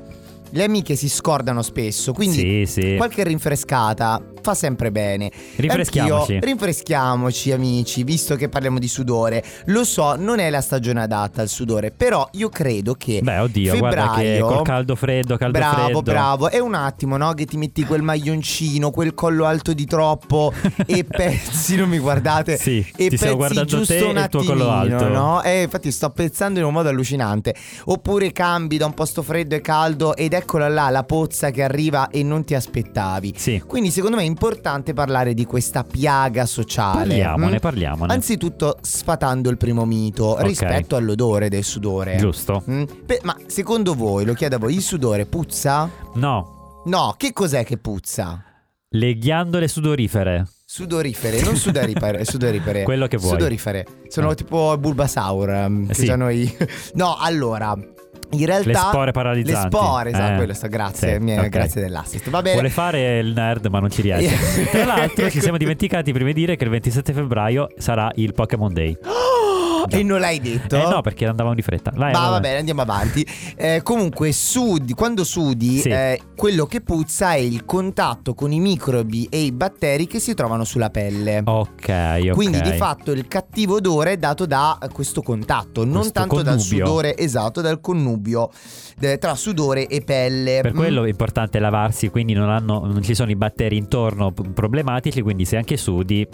Le amiche si scordano spesso, quindi
sì, sì.
qualche rinfrescata fa sempre bene.
Rinfreschiamoci.
Anch'io- rinfreschiamoci, amici, visto che parliamo di sudore. Lo so, non è la stagione adatta al sudore, però io credo che
Beh, oddio, guarda che
Febbraio-
col caldo freddo, caldo
bravo,
freddo.
bravo. E un attimo, no? Che ti metti quel maglioncino, quel collo alto di troppo
<laughs>
e pezzi, non mi guardate.
Sì,
E
ti stiamo
pezzi
guardando
giusto
te
un
e il tuo collo
attimino,
alto.
no? Eh, infatti sto pezzando in un modo allucinante. Oppure cambi da un posto freddo e caldo ed eccola là la pozza che arriva e non ti aspettavi.
Sì.
Quindi secondo me è importante parlare di questa piaga sociale.
Parliamone,
Mm?
parliamone.
Anzitutto sfatando il primo mito rispetto all'odore del sudore.
Giusto?
Mm? Beh, ma secondo voi, lo chiedo a voi, il sudore puzza?
No,
No, che cos'è che puzza?
le ghiandole sudorifere.
Sudorifere, non
<laughs>
sudorifere, sudorifere.
Quello che vuoi.
Sudorifere. Sono
Ah.
tipo Bulbasaur, ehm, che
sì.
sono i- <laughs> No, allora, in realtà...
Le spore
Le
paralizzanti.
spore, esatto,
Eh,
quello sta- grazie,
sì,
mi-
ok.
grazie dell'assist. Va bene.
Vuole fare il nerd ma non
<laughs>
ci riesce. Tra l'altro ci siamo dimenticati prima di dire che il 27 febbraio sarà il Pokémon
<gasps>
Day.
E non l'hai detto?
Eh no, perché andavamo di fretta. Vai,
Ma
vai,
va
vai.
bene, andiamo avanti. Eh, comunque, sudi, quando sudi,
Sì.
eh, quello che puzza è il contatto con i microbi e i batteri che si trovano sulla pelle.
Ok, ok.
Quindi di fatto il cattivo odore è dato da eh, questo contatto, non
Questo
tanto dal
connubio.
sudore, esatto, dal connubio eh, tra sudore e pelle.
Per
Mm.
quello è importante lavarsi, quindi non, hanno- non ci sono i batteri intorno p- problematici, quindi se anche sudi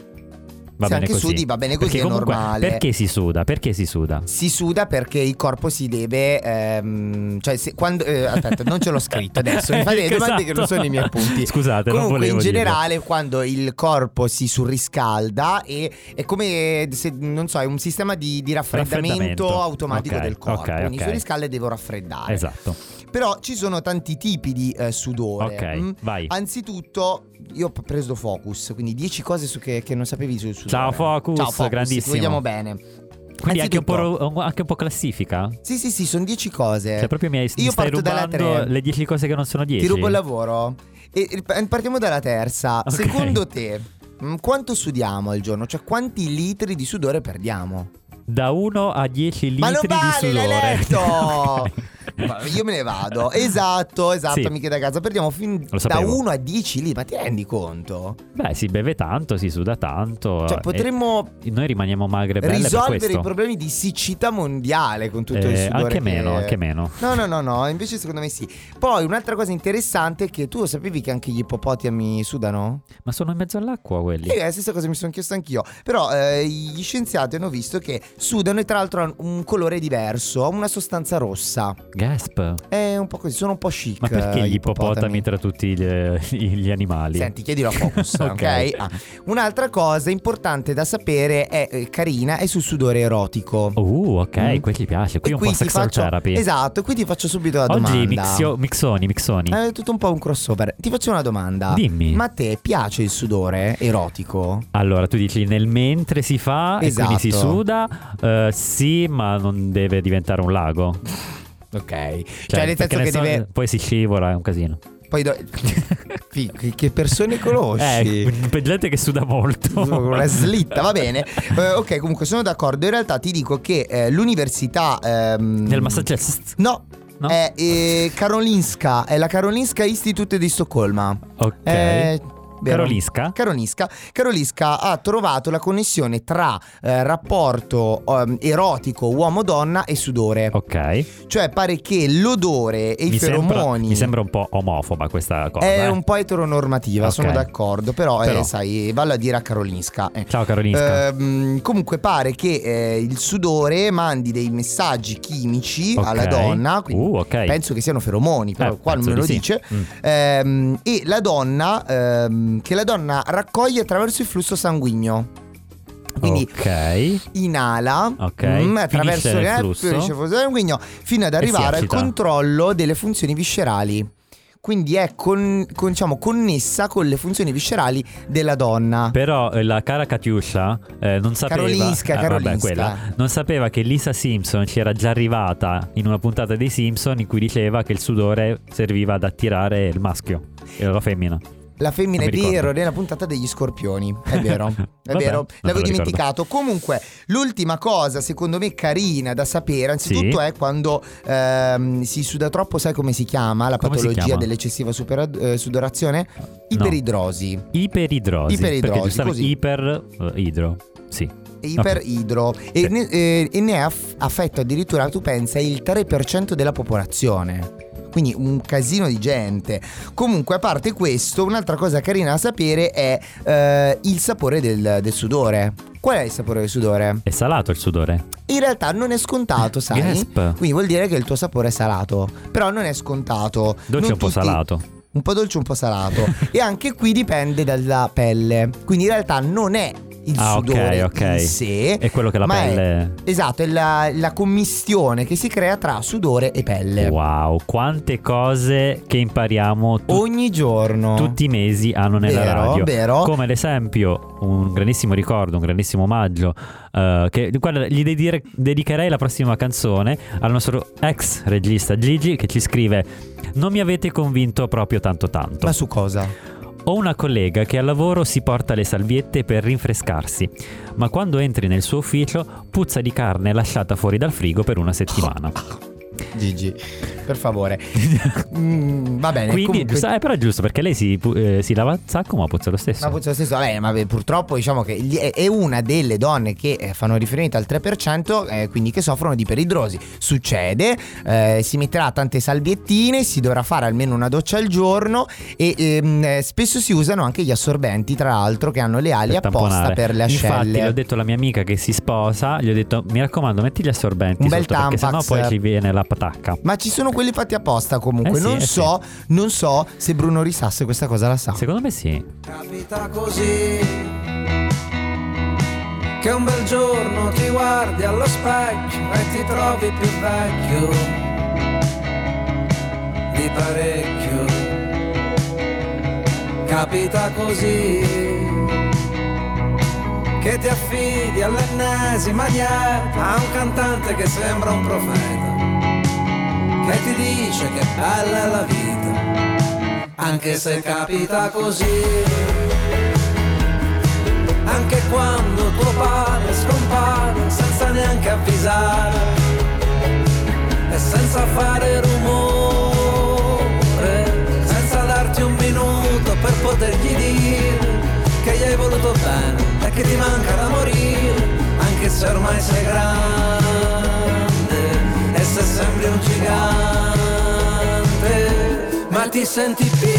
va
Se
bene
anche
così.
sudi va bene così,
perché
è
comunque,
normale.
Perché si suda? Perché si suda?
Si suda perché il corpo si deve. ehm, cioè, se- quando. eh, aspetta, non ce l'ho scritto adesso. Mi fate le
<laughs> Esatto.
domande che non sono i miei appunti.
Scusate, non
Comunque,
volevo
in
dirlo.
generale, quando il corpo si surriscalda e è come se, non so, è un sistema di, di raffreddamento,
Raffreddamento.
automatico
Ok,
del corpo.
ok,
Quindi
ok.
surriscalda e devo raffreddare.
Esatto.
Però ci sono tanti tipi di eh, sudore.
Ok,
mm?
vai.
Anzitutto, io ho preso Focus, quindi 10 cose su che, che non sapevi sul sudore.
Ciao, Focus,
Ciao Focus,
grandissimo.
ti vogliamo bene.
Quindi anche
Anzitutto-
un, po', ro- anche un po' classifica?
Sì, sì, sì, sono 10 cose.
Cioè proprio mi, hai, mi
Io
stai
parto dalla
rubando
tre.
le 10 cose che non sono 10?
Ti rubo il lavoro. E, e partiamo dalla terza.
<laughs> Ok.
Secondo te, mh, quanto sudiamo al giorno? Cioè, quanti litri di sudore perdiamo?
Da 1 a 10 litri
Ma non
di
vale,
sudore.
l'hai letto!
<laughs> Ok.
Ma Io me ne vado. Esatto, esatto,
Sì.
amiche da casa. Perdiamo fin
Lo
da
sapevo.
1 a 10 litri. Ma ti rendi conto?
Beh, si beve tanto, si suda tanto.
Cioè,
eh,
potremmo
e Noi rimaniamo magre e belle per
risolvere
questo.
i problemi di siccità mondiale con tutto il
Eh,
sudore.
anche
che-
meno, anche meno.
No, no, no, no, invece secondo me sì. Poi un'altra cosa interessante è che tu lo sapevi che anche gli ippopotami sudano?
Ma sono in mezzo all'acqua quelli.
E la Eh, stessa cosa mi sono chiesto anch'io. Però eh, gli scienziati hanno visto che sudano e tra l'altro hanno un colore diverso, una sostanza rossa.
Gasp.
È un po' così, sono un po' chic.
Ma perché
eh,
gli ippopotami tra tutti gli, eh, gli animali?
Senti,
<laughs>
chiedilo a Focus, ok?
Ok.
Ah, un'altra cosa importante da sapere è eh, carina, è sul sudore erotico.
Uh, ok,
Mm.
quel ci piace. Qui
E
un po'
ti
sexual
faccio-
therapy.
Esatto, qui ti faccio subito la domanda.
Oggi mixio- mixoni, mixoni.
È tutto un po' un crossover. Ti faccio una domanda.
Dimmi.
Ma a te piace il sudore erotico?
Allora, tu dici nel mentre si fa
Esatto.
e quindi si suda. eh, sì, ma non deve diventare un lago.
Ok. Cioè, nel
perché
senso che
so-
deve.
Poi si scivola, è un casino.
Poi
<laughs>
do- Fi- che- Che persone conosci?
Eh, <laughs> per gente che suda
<laughs>
molto.
Una slitta, va bene. Eh, ok, comunque sono d'accordo. In realtà ti dico che eh, l'università. ehm,
Nel Massachusetts.
No.
No?
È eh, Karolinska, è la Karolinska Institute di Stoccolma.
Ok.
Eh, vero.
Karolinska?
Karolinska. Karolinska ha trovato la connessione tra eh, rapporto ehm, erotico uomo-donna e sudore.
Ok.
Cioè pare che l'odore e i
mi, sembra,
feromoni
mi sembra un po' omofoba questa cosa.
è
eh.
un po' eteronormativa,
Ok.
sono d'accordo, però, eh,
Però.
sai, vallo a dire a Karolinska. eh.
Ciao Karolinska.
Ehm, comunque pare che eh, il sudore mandi dei messaggi chimici
Ok.
alla donna, quindi
Uh, ok.
penso che siano feromoni, però
Eh,
qua non
penso
me lo
di sì.
dice.
Mm.
Ehm, e la donna, ehm, che la donna raccoglie attraverso il flusso sanguigno. Quindi
ok.
inala
Ok. Finisce
attraverso
nel
le-
flusso.
finisce il flusso sanguigno fino ad arrivare al
eccita.
controllo delle funzioni viscerali. Quindi è con- con- diciamo, connessa con le funzioni viscerali della donna.
Però eh, la cara Katiuscia eh, non sapeva.
Karolinska,
eh, vabbè,
Karolinska.
quella. Non sapeva che Lisa Simpson ci era già arrivata in una puntata dei Simpson in cui diceva che il sudore serviva ad attirare il maschio e la femmina.
La femmina
Non
è
mi ricordo. <laughs>
vero, nella puntata degli scorpioni, è vero. È vero,
Vabbè, non me
l'avevo
lo ricordo.
dimenticato. Comunque, l'ultima cosa, secondo me, carina da sapere, anzitutto
Sì.
è quando ehm, si suda troppo, sai come si chiama la
Come si
patologia
chiama?
dell'eccessiva supera- eh, sudorazione? Iperidrosi.
Iperidrosi.
Iperidrosi,
perché giustamente
così.
iper eh, idro. Sì.
Iperidro. E,
Sì.
ne, eh, e ne è aff- affetto addirittura, tu pensa, il 3% della popolazione. Quindi un casino di gente. Comunque, a parte questo, un'altra cosa carina da sapere è eh, il sapore del, del sudore. Qual è il sapore del sudore?
È salato il sudore.
In realtà non è scontato, sai?
Mm, Gasp.
Quindi vuol dire che il tuo sapore è salato. Però non è scontato.
Dolce
Non
un po'
tutti-
salato.
Un po' dolce, un po' salato. e anche qui dipende dalla pelle. Quindi in realtà non è il
Ah, ok,
sudore
ok.
in sé.
È quello che la
Ma è-
pelle.
Esatto, è la, la commistione che si crea tra sudore e pelle.
Wow, quante cose che impariamo tu-
Ogni giorno.
tutti i mesi hanno nella
Vero,
radio.
vero.
Come ad esempio, un grandissimo ricordo, un grandissimo omaggio. eh, che, guarda, gli dedire- dedicherei la prossima canzone al nostro ex regista Gigi che ci scrive: Non mi avete convinto proprio tanto tanto.
Ma su cosa?
Ho una collega che al lavoro si porta le salviette per rinfrescarsi, ma quando entri nel suo ufficio puzza di carne lasciata fuori dal frigo per
<laughs>
una settimana.
Gigi, per favore. <laughs> Mm, va bene.
Quindi,
comunque-
giusto- eh, però è giusto perché lei si, pu- eh, si lava il sacco ma puzza lo stesso.
Ma puzza lo stesso, vabbè, ma beh, purtroppo diciamo che gli- è- è una delle donne che eh, fanno riferimento al 3%, eh, quindi che soffrono di peridrosi. Succede, eh, si metterà tante salviettine, si dovrà fare almeno una doccia al giorno e ehm, eh, spesso si usano anche gli assorbenti, tra l'altro, che hanno le ali
per
apposta
tamponare.
per le ascelle.
Infatti, l'ho detto alla mia amica che si sposa, gli ho detto: mi raccomando, metti gli assorbenti
Un bel
sotto, perché sennò
Tampax.
poi ci viene la patacca.
Ma ci sono quelli fatti apposta comunque.
Eh sì,
non,
eh sì.
so, non so se Bruno Rissasse questa cosa la sa.
Secondo me sì.
Capita così che un bel giorno ti guardi allo specchio e ti trovi più vecchio di parecchio. Capita così che ti affidi all'ennesima dieta a un cantante che sembra un profeta che ti dice che bella è la vita anche se capita così. Anche quando tuo padre scompare senza neanche avvisare e senza fare rumore, senza darti un minuto per potergli dire che gli hai voluto bene e che ti manca da morire, anche se ormai sei grande e se sembri un gigante, ma ti senti piccolo,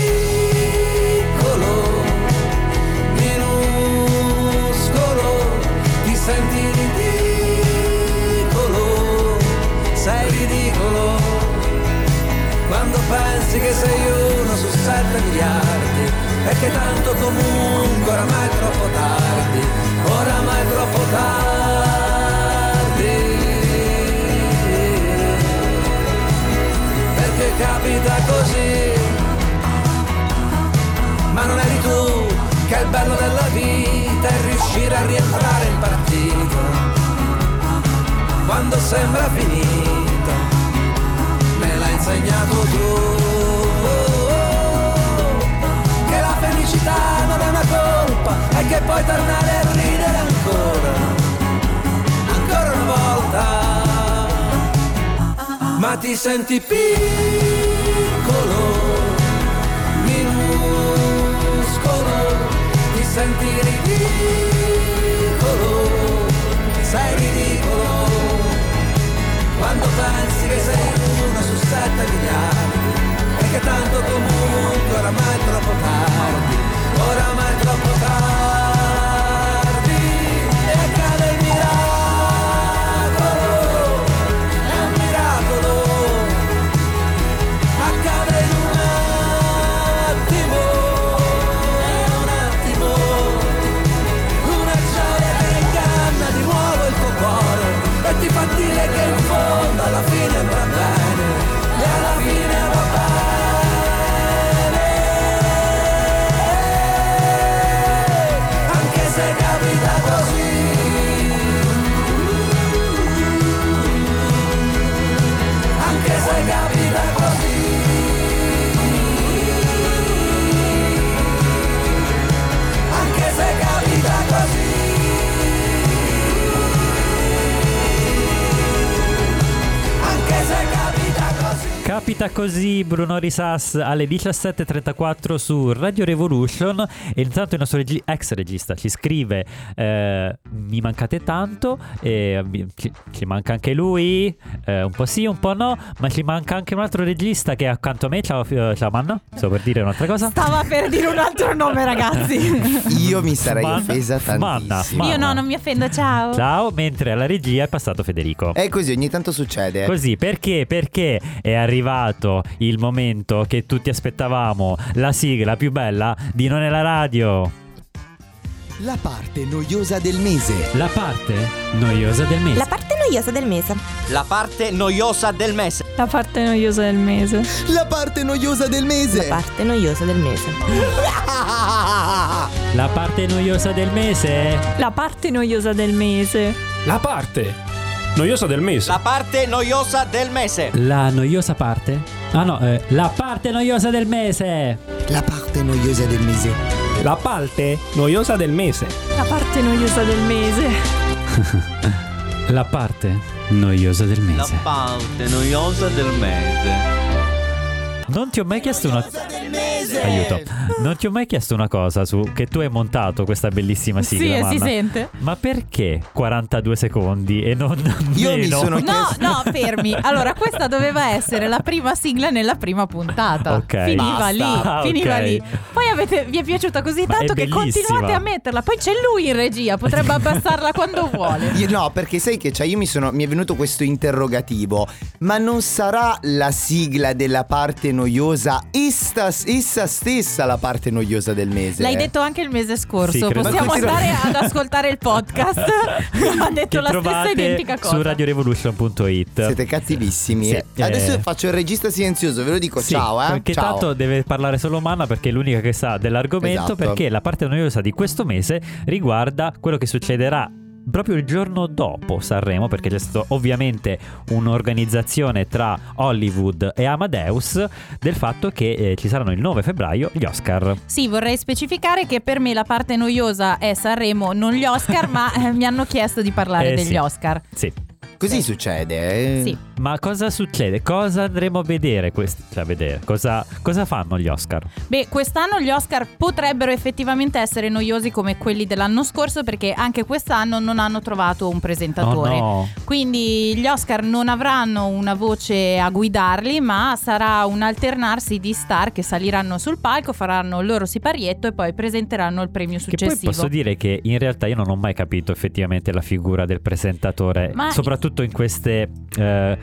minuscolo, ti senti ridicolo, sei ridicolo quando pensi che sei uno su sette miliardi e che tanto comunque oramai è troppo tardi, oramai è troppo tardi. Perché capita così, ma non eri tu che il bello della vita è riuscire a rientrare in partita quando sembra finita me l'ha insegnato tu che la felicità non è una colpa e che puoi tornare a ridere ancora ancora una volta ma ti senti piccolo minuscolo ti senti ridicolo sei ridicolo quando pensi che sei uno su sette miliardi e che tanto comunque oramai è troppo tardi, oramai è troppo tardi e accade il miracolo, è un miracolo, accade in un attimo, è un attimo una gioia che inganna di nuovo il tuo cuore e ti fa dire che in fondo alla fine va bene e alla fine va bene
finita così Bruno Risas alle 17.34 su Radio Revolution e intanto il nostro regi- ex regista ci scrive eh, mi mancate tanto e mi- ci, ci manca anche lui eh, un po' sì un po' no ma ci manca anche un altro regista che è accanto a me ciao, eh, ciao Manno sto per dire un'altra cosa
Stava per dire un altro nome, ragazzi.
Io mi sarei
Manna-
offesa
Manna,
tantissimo.
Manna.
Io no, non mi offendo, ciao.
ciao mentre alla regia è passato Federico
È così, ogni tanto succede.
Così, perché? Perché è arrivato il momento che tutti aspettavamo, la sigla più bella di Non è la radio,
La parte noiosa del mese.
la parte noiosa del mese.
La parte noiosa del mese.
La parte noiosa del mese.
La parte noiosa del mese.
La parte noiosa del mese.
La parte noiosa del mese.
Ah.
La parte noiosa del mese.
La parte noiosa del mese.
La parte noiosa del mese.
La parte noiosa del mese.
La noiosa parte? Ah no, eh, la parte noiosa del mese.
La parte noiosa del mese.
La parte noiosa del mese.
La parte noiosa del mese.
<laughs> La parte noiosa del
La
mese.
parte noiosa del mese.
Non ti ho mai chiesto una Aiuto. Non ti ho mai chiesto una cosa su che tu hai montato questa bellissima
Sì, e
sigla,
si
Manna.
sente.
Ma perché 42 secondi e non
Io mi
meno?
sono
No, no, fermi. Allora, questa doveva essere la prima sigla nella prima puntata.
Ok.
Finiva
Basta.
lì,
Ah,
finiva
ok.
lì. Poi avete- vi è piaciuta così
Ma è
tanto che
bellissima.
continuate a metterla. Poi c'è lui in regia, potrebbe abbassarla quando vuole.
Io- no, perché sai che cioè, io mi, sono, mi è venuto questo interrogativo. Ma non sarà la sigla della parte noiosa essa, essa stessa la parte noiosa del mese?
L'hai detto anche il mese
Sì,
scorso.
credo.
Possiamo
Ma continua-
andare ad ascoltare il
<laughs>
podcast. ha detto
che
la stessa
trovate
identica cosa.
su radiorevolution.it.
Siete cattivissimi.
Sì, eh.
Adesso faccio il regista silenzioso, ve lo dico
Sì,
ciao, eh.
Perché
ciao.
tanto deve parlare solo Manna perché è l'unica che sa dell'argomento.
Esatto.
Perché la parte noiosa di questo mese riguarda quello che succederà. Proprio il giorno dopo Sanremo, perché c'è stata ovviamente un'organizzazione tra Hollywood e Amadeus del fatto che eh, ci saranno il 9 febbraio gli Oscar.
Sì, vorrei specificare che per me la parte noiosa è Sanremo, non gli Oscar, ma eh, mi hanno chiesto di parlare
Eh,
degli
sì.
Oscar.
Sì.
Così succede. eh?
Sì.
Ma cosa succede? Cosa andremo a vedere? quest- cioè, a vedere. Cosa, cosa fanno gli Oscar?
Beh, quest'anno gli Oscar potrebbero effettivamente essere noiosi come quelli dell'anno scorso perché anche quest'anno non hanno trovato un presentatore.
Oh no.
Quindi gli Oscar non avranno una voce a guidarli, ma sarà un alternarsi di star che saliranno sul palco, faranno il loro siparietto e poi presenteranno il premio
Che poi
successivo.
posso dire che in realtà io non ho mai capito effettivamente la figura del presentatore,
Ma-
soprattutto in queste eh,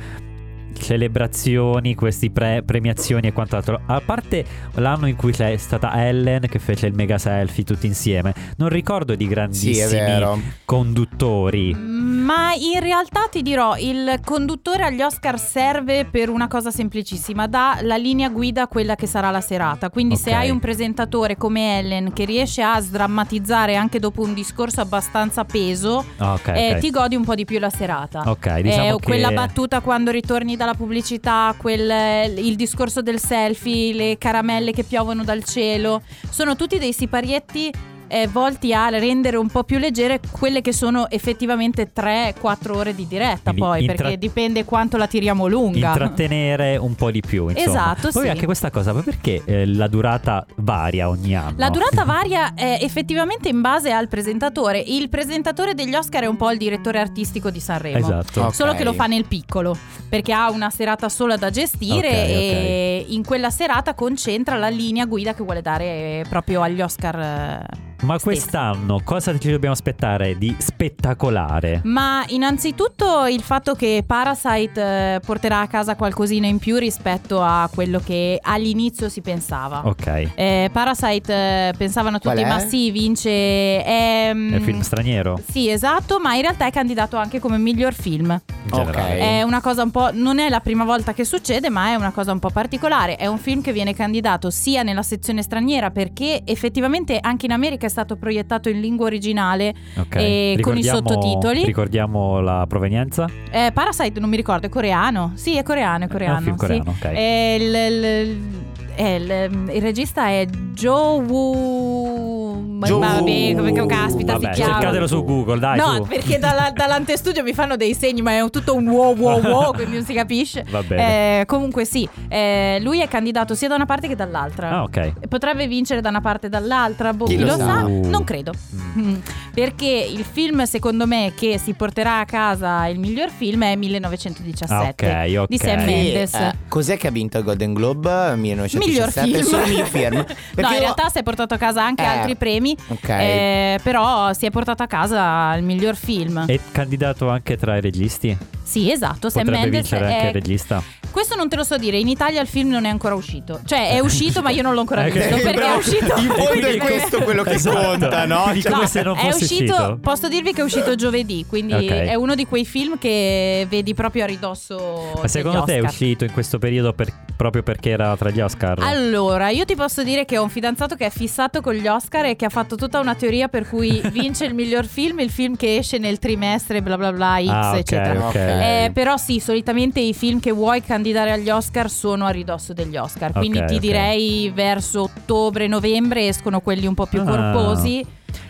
celebrazioni, queste premiazioni e quant'altro. A parte l'anno in cui c'è stata Ellen che fece il mega selfie tutti insieme, non ricordo di
Sì, è
grandissimi
vero.
conduttori.
Ma in realtà ti dirò, il conduttore agli Oscar serve per una cosa semplicissima, dà la linea guida a quella che sarà la serata. Quindi se
Ok.
hai un presentatore come Ellen che riesce a sdrammatizzare anche dopo un discorso abbastanza peso,
Ah, Ok,
eh,
ok.
ti godi un po' di più la serata.
Ok, diciamo
Eh,
che
Quella battuta quando ritorni dalla pubblicità, quel- il discorso del selfie, le caramelle che piovono dal cielo, sono tutti dei siparietti eh, volti a rendere un po' più leggere quelle che sono effettivamente 3-4 ore di diretta
Quindi
poi,
intra-
perché dipende quanto la tiriamo lunga.
intrattenere un po' di più, insomma.
Esatto,
Poi
sì.
anche questa cosa, ma perché eh, la durata varia ogni anno?
La durata varia eh, effettivamente in base al presentatore. Il presentatore degli Oscar è un po' il direttore artistico di Sanremo.
Esatto.
Ok.
Solo che lo fa nel piccolo, perché ha una serata sola da gestire
Ok,
e in quella serata concentra la linea guida che vuole dare eh, proprio agli Oscar. eh.
Ma
Sì.
quest'anno cosa ci dobbiamo aspettare di spettacolare?
Ma innanzitutto il fatto che Parasite eh, porterà a casa qualcosina in più rispetto a quello che all'inizio si pensava.
Ok.
Eh, Parasite eh, pensavano
Qual
tutti,
è?
ma sì, vince... È,
È
mm,
film straniero?
Sì, esatto, ma in realtà è candidato anche come miglior film.
in generale.
Ok.
È una cosa un po'. Non è la prima volta che succede, ma è una cosa un po' particolare. È un film che viene candidato sia nella sezione straniera, perché effettivamente anche in America è stato proiettato in lingua originale.
Ok.
e eh, con i
Ricordiamo-
sottotitoli.
Ricordiamo la provenienza?
Eh, Parasite, non mi ricordo, è coreano. Sì, è coreano, è coreano.
È un film
sì.
coreano, ok.
È il, il- il- è il- il regista è Joe Woo. ma- vabbè, Eh, come come caspita,
Vabbè,
si chiama.
cercatelo su Google, dai.
no,
su.
perché dalla-
<laughs>
dall'antestudio mi fanno dei segni, ma è tutto un wow wow
<laughs>
wow, quindi non si capisce.
Va bene.
Eh, comunque sì, eh, lui è candidato sia da una parte che dall'altra.
Ah, ok.
Potrebbe vincere da una parte e dall'altra, boh,
Chi
chi
lo
lo
sa?
sa?
Uh.
Non credo. Mm. Perché il film, secondo me, che si porterà a casa il miglior film
Ah,
è 1917
Ah, ok, ok.
di Sam Mendes.
Eh, cos'è che ha vinto il Golden Globe? 1917
Miglior film.
Solo
<laughs>
miglior film.
no, in
io-
realtà si è portato a casa anche
Eh,
altri premi,
ok.
eh, però si è portato a casa il miglior film.
È candidato anche tra i registi?
Sì, esatto, Sam
Potrebbe
Mendes
vincere anche
è- Oh,
il regista.
Questo non te lo so dire, in Italia il film non è ancora uscito. Cioè,
Eh,
è uscito, ma io non l'ho ancora
Ok.
visto perché è
Bravo.
uscito.
In fondo è
Quindi-
questo quello che Esatto. conta, no? Ti dico
Cioè,
No,
se non
è
fosse
uscito,
uscito.
posso dirvi che è uscito giovedì, quindi
Ok.
è uno di quei film che vedi proprio a ridosso
Ma secondo te
degli
è
Oscar.
uscito in questo periodo per- proprio perché era tra gli Oscar?
Allora, io ti posso dire che ho un fidanzato che è fissato con gli Oscar e che ha fatto tutta una teoria per cui
<laughs>
vince il miglior film, il film che esce nel trimestre, bla bla bla, X,
Ah, ok,
eccetera.
ok.
Eh, però sì, solitamente i film che vuoi candidare agli Oscar sono a ridosso degli Oscar,
Ok,
quindi ti
ok.
direi verso ottobre-novembre escono quelli un po' più
Ah. Mm.
corposi.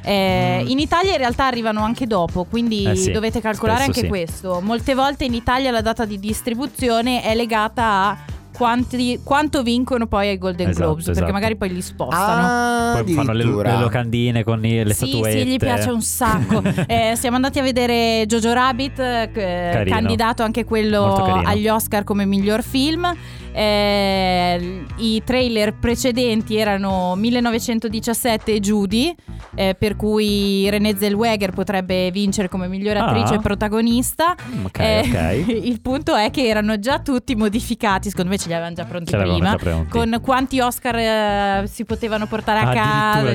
Eh, In Italia in realtà arrivano anche dopo, quindi
Eh sì,
dovete calcolare
spesso
anche
sì.
questo. Molte volte in Italia la data di distribuzione è legata a quanti- quanto vincono poi ai Golden
Esatto,
Globes, perché
esatto.
magari poi li spostano.
Poi fanno le,
addirittura.
le locandine con i- le
sì,
statuette.
sì, gli piace un
<laughs>
sacco. Eh, siamo andati a vedere Jojo Rabbit, eh,
Carino.
candidato anche
Molto
quello
carino.
agli Oscar come miglior film. Eh, I trailer precedenti erano 1917 e Judy, eh, per cui Renée Zellweger potrebbe vincere come miglior
Ah.
attrice protagonista.
Mm, Ok,
Eh, <laughs>
ok.
Il punto è che erano già tutti modificati, secondo me ce li avevano già pronti
Ce l'avevano
prima,
già pronti.
con quanti Oscar eh, si potevano portare a
Addirittura,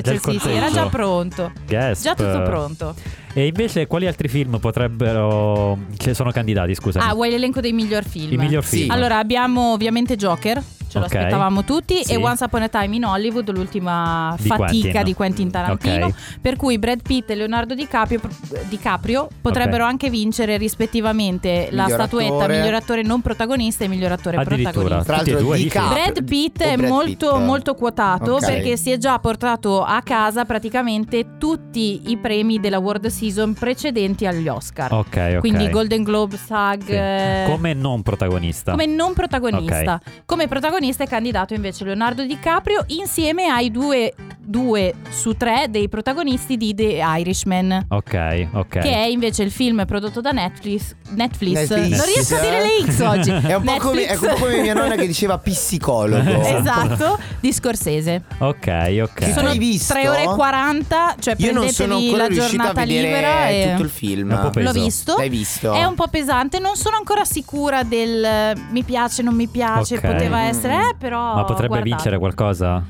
casa,
già il
cioè, sì, sì, era
conteggio.
già pronto.
Gasp.
Già tutto pronto.
E invece quali altri film potrebbero... Che sono candidati, scusa.
Ah, vuoi l'elenco dei miglior film?
I miglior Sì. film.
Allora abbiamo ovviamente Joker, ce lo
Ok.
aspettavamo tutti,
Sì.
e Once Upon a Time in Hollywood, l'ultima
Di
fatica
Quentin.
di Quentin Tarantino,
Ok.
per cui Brad Pitt e Leonardo DiCaprio, DiCaprio potrebbero
Ok.
anche vincere rispettivamente la
Miglior
statuetta
attore.
miglior attore non protagonista e miglior attore
Addirittura.
protagonista.
Tra l'altro,
Tutti e due, gli film.
DiCaprio.
Brad Pitt è
O Brad
molto,
Pitt.
molto quotato
Ok.
perché si è già portato a casa praticamente tutti i premi della World Season precedenti agli Oscar.
Ok, ok.
Quindi Golden Globe, SAG.
Sì.
eh,
Come non protagonista.
come non protagonista. Come protagonista è candidato invece Leonardo DiCaprio insieme ai due, due su tre dei protagonisti di The Irishman.
Ok, ok.
Che è invece il film prodotto da Netflix. Netflix.
Netflix. eh.
Non riesco a dire le
<laughs>
X oggi.
<laughs> È un po' come, è
Netflix.
un po' come mia nonna che diceva psicologo.
<laughs> Esatto, di Scorsese.
Ok, ok.
Ci
Sono
L'hai visto?
3 ore e 40, cioè
Io non sono
prendetevi
ancora
la
riuscito a
giornata libera.
vedere
e-
tutto il film.
È un po' peso.
L'ho visto.
L'hai visto?
È un po' pesante, non sono ancora sicura del eh, mi piace, non mi piace,
Ok.
poteva
Mm.
essere, eh, però...
Ma potrebbe
guardate.
vincere qualcosa?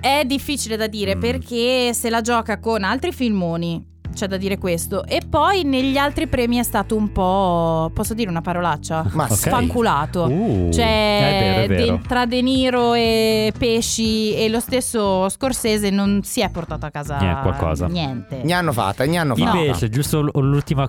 È difficile da
Mm.
dire perché se la gioca con altri filmoni, c'è da dire questo. E poi negli altri premi è stato un po'... posso dire una parolaccia?
Ma sì.
Spanculato.
Uh,
Cioè,
è vero, è vero.
de- tra De Niro e Pesci e lo stesso Scorsese non si è portato a casa
Eh, qualcosa.
niente.
Ne hanno fatta, ne hanno fatta.
Invece, giusto l- l'ultima.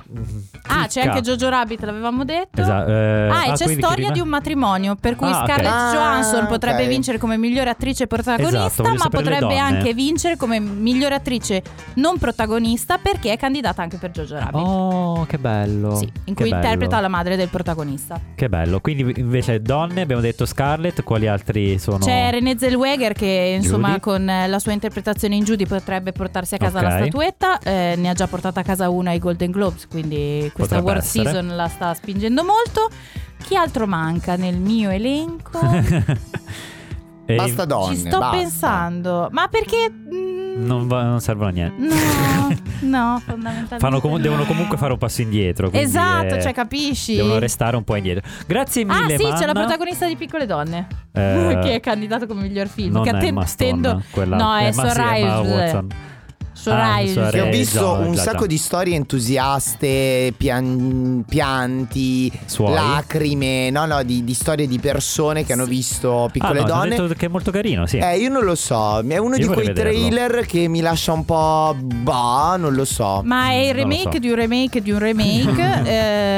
Ah, c'è anche Jojo Rabbit, l'avevamo detto.
Esatto, eh,
ah, e
ah,
c'è
quindi chi
storia
rimane?
di un matrimonio, per cui
Ah, ok.
Scarlett
Ah,
Johansson
ok.
potrebbe vincere come migliore attrice protagonista,
Esatto, voglio
ma
sapere le
potrebbe
donne.
anche vincere come migliore attrice non protagonista perché è candidata anche per Jojo Rabbit.
Oh, che bello.
Sì, in
Che
cui
bello.
interpreta la madre del protagonista.
Che bello. Quindi, invece, donne, abbiamo detto Scarlett. Quali altri sono?
C'è René Zellweger che insomma
Judy?
con eh, la sua interpretazione in Judy potrebbe portarsi a casa
Ok.
la statuetta, Eh, ne ha già portata a casa una ai Golden Globes, quindi questa
Potrebbe
World
essere.
Season la sta spingendo molto. Chi altro manca nel mio elenco?
E
Basta donne.
Ci sto
basta.
pensando, ma perché... mm,
Non, va- non servono a niente.
No, no, fondamentalmente.
Fanno comu-
no.
devono comunque fare un passo indietro. quindi,
Esatto,
eh,
cioè capisci?
Devono restare un po' indietro. Grazie
Ah
mille.
sì, c'è la
Manna.
protagonista di Piccole Donne,
Eh,
<laughs> che è candidato come miglior film.
Non
che
è
atten-
Emma Stone,
tendo-
quella-
No,
eh,
è
ma sì, Emma
Sorrise.
Watson.
Sorrise.
Ah,
Che ho
Eh,
visto
già,
un
già,
sacco
già.
di storie entusiaste, pian- pianti,
Suoi?
lacrime, no, no, di, di storie di persone che hanno visto piccole
ah, no, ti ho
donne.
detto che è molto carino, sì.
Eh, io non lo so, è uno
Io
di
vorrei
quei
vederlo.
trailer che mi lascia un po'. Bah, non lo so.
Ma è il
Non lo
remake
so.
di un remake di un
<laughs>
remake,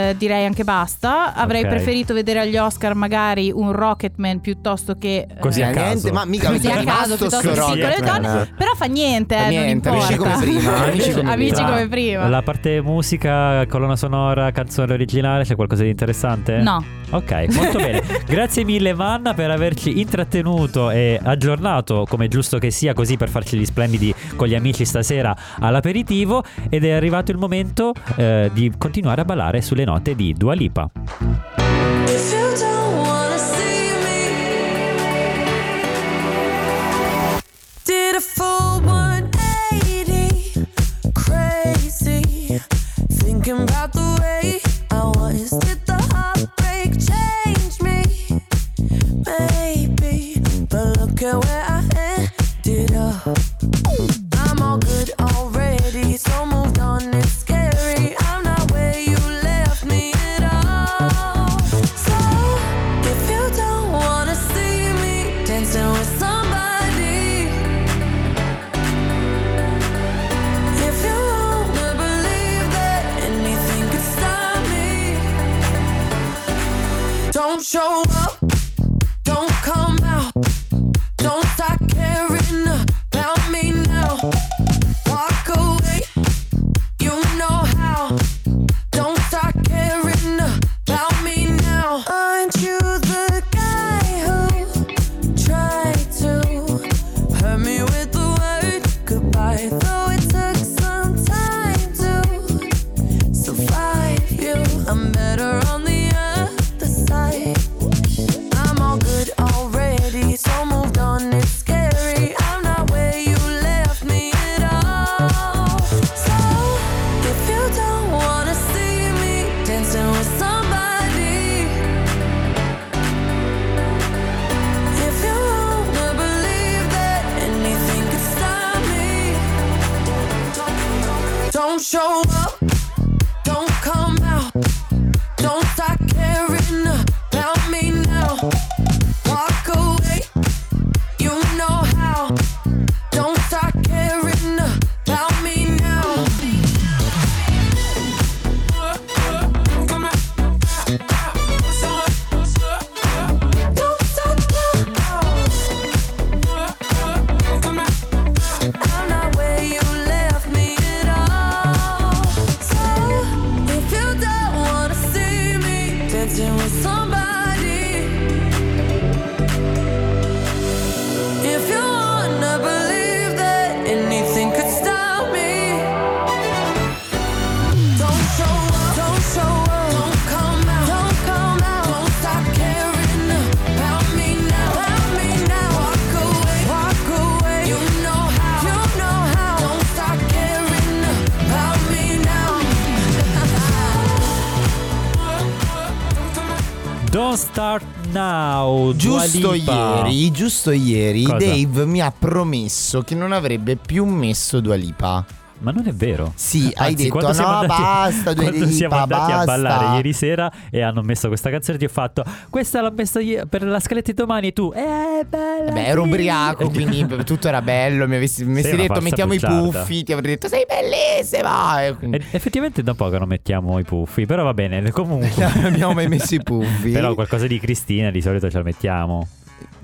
eh, direi anche basta. Avrei
Ok.
preferito vedere agli Oscar magari un Rocketman piuttosto che...
Così
eh,
a caso.
niente, ma mica
così
è
a caso
rimasto
piuttosto che
sto
Rocketman.
piccole
Rocketman.
donne. Però fa niente, eh,
Niente,
non importa.
Amici come prima,
<laughs>
amici come
Amici
prima.
come prima.
La parte musica, colonna sonora, canzone originale, c'è qualcosa di interessante?
No.
Ok,
<laughs>
molto bene. Grazie mille Vanna per averci intrattenuto e aggiornato, come è giusto che sia così per farci gli splendidi con gli amici stasera all'aperitivo ed è arrivato il momento eh, di continuare a ballare sulle note di Dua Lipa.
If you don't wanna see me, did a full 180, crazy, thinking about the way I was. Did the heartbreak change me? Maybe, but look at where I ended up. I'm all good already, so moved on. It's scary. I'm not where you left me at all. So if you don't wanna see me dancing with somebody, if you wanna believe that anything could stop me, don't show up, don't come out, don't start caring about me now. Walk away, you know how. Don't start caring about me now. Aren't you the guy who tried to hurt me with the word goodbye? Though it took some time to survive you, I'm better on the other side. I'm all good already, so moved on. It's scary. I'm not where you left me at all. So if you don't wanna see me dancing with somebody, if you wanna believe that anything could stop me, don't show up, don't come out, don't start caring about me now. Walk away, you know how. Don't start caring about me now. Don't start now. I'm not where you left me at all. So if you don't wanna see me dancing with somebody, if you wanna believe that anything could stop me, don't show up, don't show up, don't come out, don't come out, don't stop caring about me now, about me now. Walk away, walk away. You know how, you know how. Don't stop caring about me now.
Don't start now. Dua
Giusto
Lipa.
ieri, giusto ieri,
Cosa?
Dave mi ha promesso che non avrebbe più messo Dua Lipa.
Ma non è vero. Ah,
Sì, hai
Anzi,
detto
quando
no,
siamo andati-
basta Dua
Quando
Lipa,
siamo andati
basta.
a ballare ieri sera e hanno messo questa canzone, ti ho fatto questa l'ho messa io per la scaletta di domani e tu eh bella.
Beh, ero
sì."
ubriaco,
<laughs>
quindi tutto era bello. Mi avessi, mi
Sei
avessi
una
detto
pazza
mettiamo i
bugiarda.
puffi, ti avrei detto sei bellissima. E quindi-
E- effettivamente da poco non mettiamo i puffi, però va bene, comunque.
<laughs> Non abbiamo mai messo i puffi.
però qualcosa di Cristina di solito ce la mettiamo.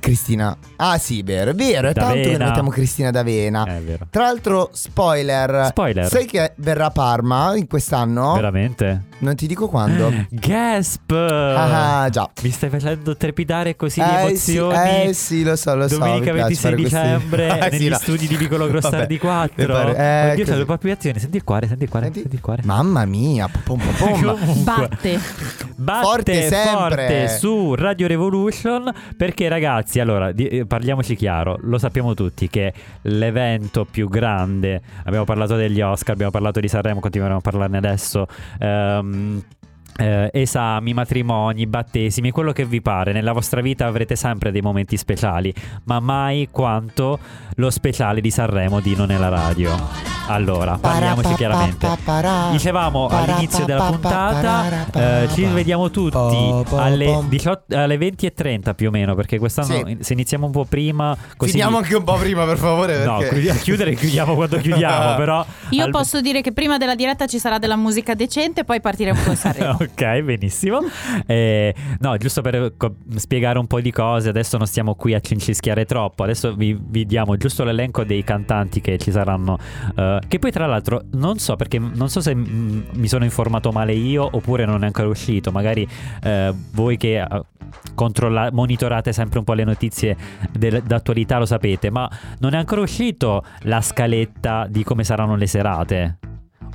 Cristina. Ah sì, vero, è vero, è tanto che
D'Avena.
noi mettiamo Cristina D'Avena.
È vero.
Tra l'altro, spoiler.
Spoiler.
Sai che verrà a Parma in quest'anno?
Veramente?
Non ti dico quando.
Eh, Gasp!
Ah, già.
Mi stai facendo trepidare così di
Eh, sì,
emozioni.
eh sì, lo so, lo so.
Domenica
mi piace
26
fare questi- <laughs>
dicembre
Ah, sì,
negli
no.
studi di Vicolo Grossardi
Vabbè,
4.
mi pare- eh,
Oddio, cioè, c'è
così.
le palpitazioni. Senti il cuore, senti il cuore, senti, il cuore.
Mamma mia, pom, pom, pom.
Comunque,
Batte.
batte
forte sempre.
forte su Radio Revolution perché ragazzi, allora di- eh, parliamoci chiaro, lo sappiamo tutti che l'evento più grande, abbiamo parlato degli Oscar, abbiamo parlato di Sanremo, continueremo a parlarne adesso. ehm, eh, esami, matrimoni, battesimi, quello che vi pare, nella vostra vita avrete sempre dei momenti speciali, ma mai quanto lo speciale di Sanremo di Non è la radio. Allora, parliamoci chiaramente. Dicevamo all'inizio della puntata, eh, ci rivediamo tutti alle, 18 alle 20.30 più o meno, perché quest'anno
Sì.
se iniziamo un po' prima, così...
Finiamo anche un po' prima, per favore.
No,
perché- <laughs>
chiudi- chiudere chiudiamo quando chiudiamo, però...
Io
al- <laughs>
posso dire che prima della diretta ci sarà della musica decente, poi partiremo con Sanremo.
ok, benissimo. Eh, no, giusto per co- spiegare un po' di cose, adesso non stiamo qui a cincischiare troppo, adesso vi, vi diamo giusto l'elenco dei cantanti che ci saranno. eh, che poi tra l'altro non so perché non so se mm, mi sono informato male io oppure non è ancora uscito, magari eh, voi che eh, controlla- monitorate sempre un po' le notizie del- d'attualità lo sapete, ma non è ancora uscito la scaletta di come saranno le serate.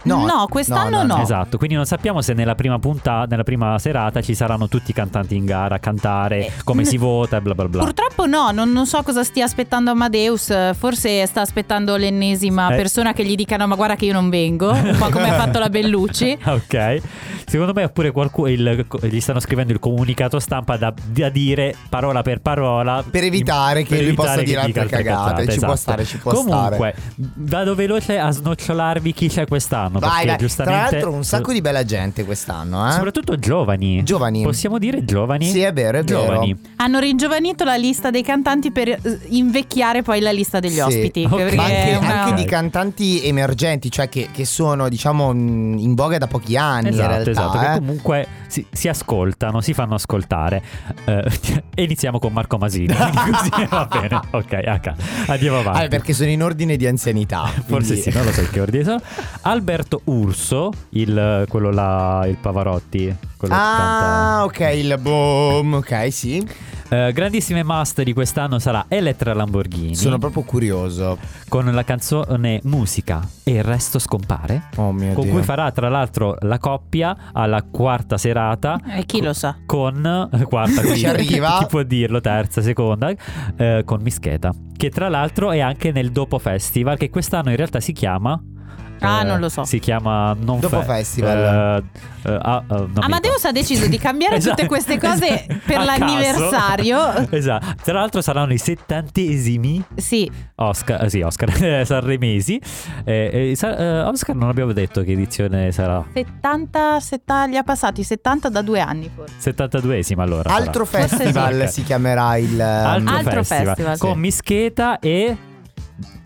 No, No, quest'anno no, no, no. no.
Esatto, quindi non sappiamo se nella prima puntata, nella prima serata ci saranno tutti i cantanti in gara a cantare, come
n-
si vota e bla bla bla.
Eh. Purtroppo no, non, non so cosa stia aspettando Amadeus, eh, forse sta aspettando l'ennesima
Eh.
persona che gli dica no ma guarda che io non vengo, un po' come ha fatto la Bellucci.
<laughs> <laughs> ok. Secondo me oppure qualcuno il- gli stanno scrivendo il comunicato stampa da, da dire parola per parola
Per evitare che
per
lui possa dire
evitare che dica
altre cagate, ci può
esatto.
stare, ci può
Comunque,
stare.
vado veloce a snocciolarvi chi c'è quest'anno,
Vai,
perché
vai.
giustamente
Tra l'altro un sacco di bella gente quest'anno, eh?
soprattutto giovani.
Giovani.
Possiamo dire giovani?
Sì, è vero, è
giovani.
vero.
Hanno ringiovanito la lista dei cantanti per eh, invecchiare poi la lista degli
Sì.
ospiti. perché
Ma anche,
è una-
anche di cantanti emergenti, cioè che, che sono, diciamo, mh, in voga da pochi anni
esatto,
in realtà.
esatto, che
eh.
comunque si, si ascoltano, si fanno ascoltare. Eh, <laughs> e iniziamo con Marco Masini. <laughs> Così va bene. Ok, H. Andiamo avanti.
Ah, perché sono in ordine di anzianità.
<laughs> Forse
quindi-
sì, non lo so in che
<laughs>
ordine sono. Alberto Urso, il, quello là, il Pavarotti. Quello che canta.
Ah, ok, il boom, ok, sì.
Eh, grandissime master di quest'anno sarà Elettra Lamborghini.
Sono proprio curioso.
Con la canzone Musica e il resto scompare.
Oh mio
con
Dio.
cui farà tra l'altro la coppia alla quarta serata.
Eh, chi lo sa?
Con eh, quarta,
Ci
quinta,
arriva.
chi può dirlo? Terza, seconda, eh, con Mischeta, che tra l'altro è anche nel Dopo Festival, che quest'anno in realtà si chiama.
Ah,
eh,
non lo so.
Si chiama non
Dopo
fe-
Festival.
eh, eh, ah, eh, non mi
Amadeus ha deciso di
<laughs>
cambiare
Esatto,
tutte queste cose
<laughs> esatto.
per
A caso. <laughs>
l'anniversario.
Esatto. Tra l'altro saranno i settantesimi
Sì,
Oscar, eh, sì, Oscar <laughs> eh, Sanremesi. Eh, eh, sa- eh, Oscar non abbiamo detto che edizione sarà.
70, 70 li ha passati 70 da due anni forse.
72esima allora. sarà.
Altro
Forse sì.
festival
Ok.
si chiamerà il...
Altro,
Altro
festival.
festival,
Con
sì.
Mischeta e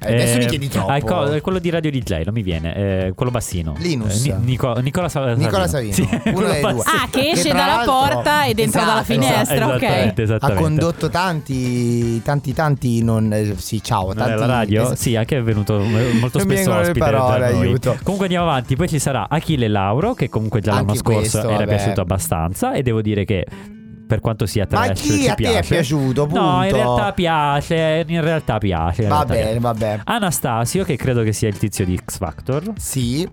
Eh, adesso mi chiedi
ah, il
troppo.
co- quello di Radio DJ, non mi viene, eh, quello bassino.
Linus.
Eh, Ni- Nico- Nicola Sa-
Nicola
Savino.
Savino.
Sì,
Uno
quello
dei due.
bassino.
Ah, che esce
tra
dalla
l'altro-
porta ed entra dalla
esatto, esatto.
finestra, ok.
Esattamente,
Ha
esattamente.
condotto tanti, tanti, tanti, non... eh, sì, ciao,
Non
tanti...
è la radio?
es-
Sì, anche è venuto eh, molto
Non mi
spesso
vengono le
ospite
parole,
da noi.
aiuto.
Comunque andiamo avanti, poi ci sarà Achille Lauro che comunque già l'anno
Anche
scorso
questo,
era
vabbè.
piaciuto abbastanza e devo dire che per quanto sia trash
Ma chi
ci
a te è
piace.
piaciuto?
No, in
punto.
realtà piace, in realtà piace. in
Va
realtà
bene,
piace.
va bene.
Anastasio che credo che sia il tizio di X Factor.
Sì,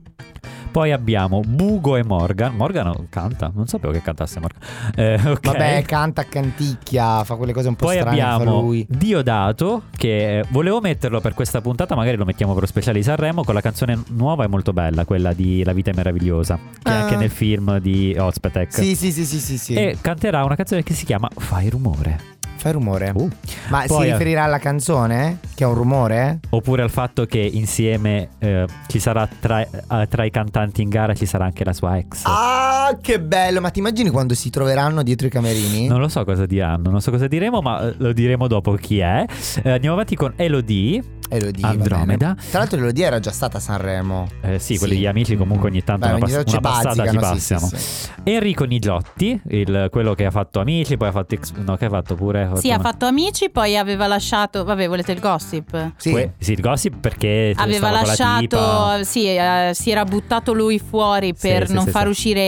Poi abbiamo Bugo e Morgan. Morgan canta, non sapevo che cantasse Morgan. Eh, ok.
vabbè, canta, canticchia, fa quelle cose un po'
Poi
strane che fa
abbiamo
lui.
Diodato che eh, volevo metterlo per questa puntata, magari lo mettiamo per lo speciale di Sanremo con la canzone nuova e molto bella, quella di La vita è meravigliosa, che è
Ah.
anche nel film di Ozpetek.
Sì, sì, sì, sì, sì, sì.
E canterà una canzone che si chiama Fai rumore.
Fai rumore.
Uh.
Ma
Poi-
si riferirà alla canzone? Che è un rumore?
Oppure al fatto che insieme eh, ci sarà tra, eh, tra i cantanti in gara ci sarà anche la sua ex.
Ah, che bello! Ma ti immagini quando si troveranno dietro i camerini?
Non lo so cosa diranno, non so cosa diremo, ma eh, lo diremo dopo chi è. Eh, andiamo avanti con Elodie.
Elodie, va
Andromeda.
bene. Tra l'altro, Elodie era già stata a Sanremo.
Eh, sì, quelli
Sì. Mm.
gli amici comunque ogni tanto
Beh,
una,
ogni
pass-
tanto ci
una passata ci
bazzicano, sì, sì,
passiamo.
sì.
Enrico Nigiotti, il- quello che ha fatto Amici, poi ha fatto X- no, che ha fatto pure
Sì, ha
una-
fatto amici, poi aveva lasciato, vabbè, volete il gossip?
Sì.
que- sì, il gossip perché
Aveva
stava con la tipa
lasciato, sì, eh, si era buttato lui fuori
Sì,
per
sì,
non
sì,
far
sì.
uscire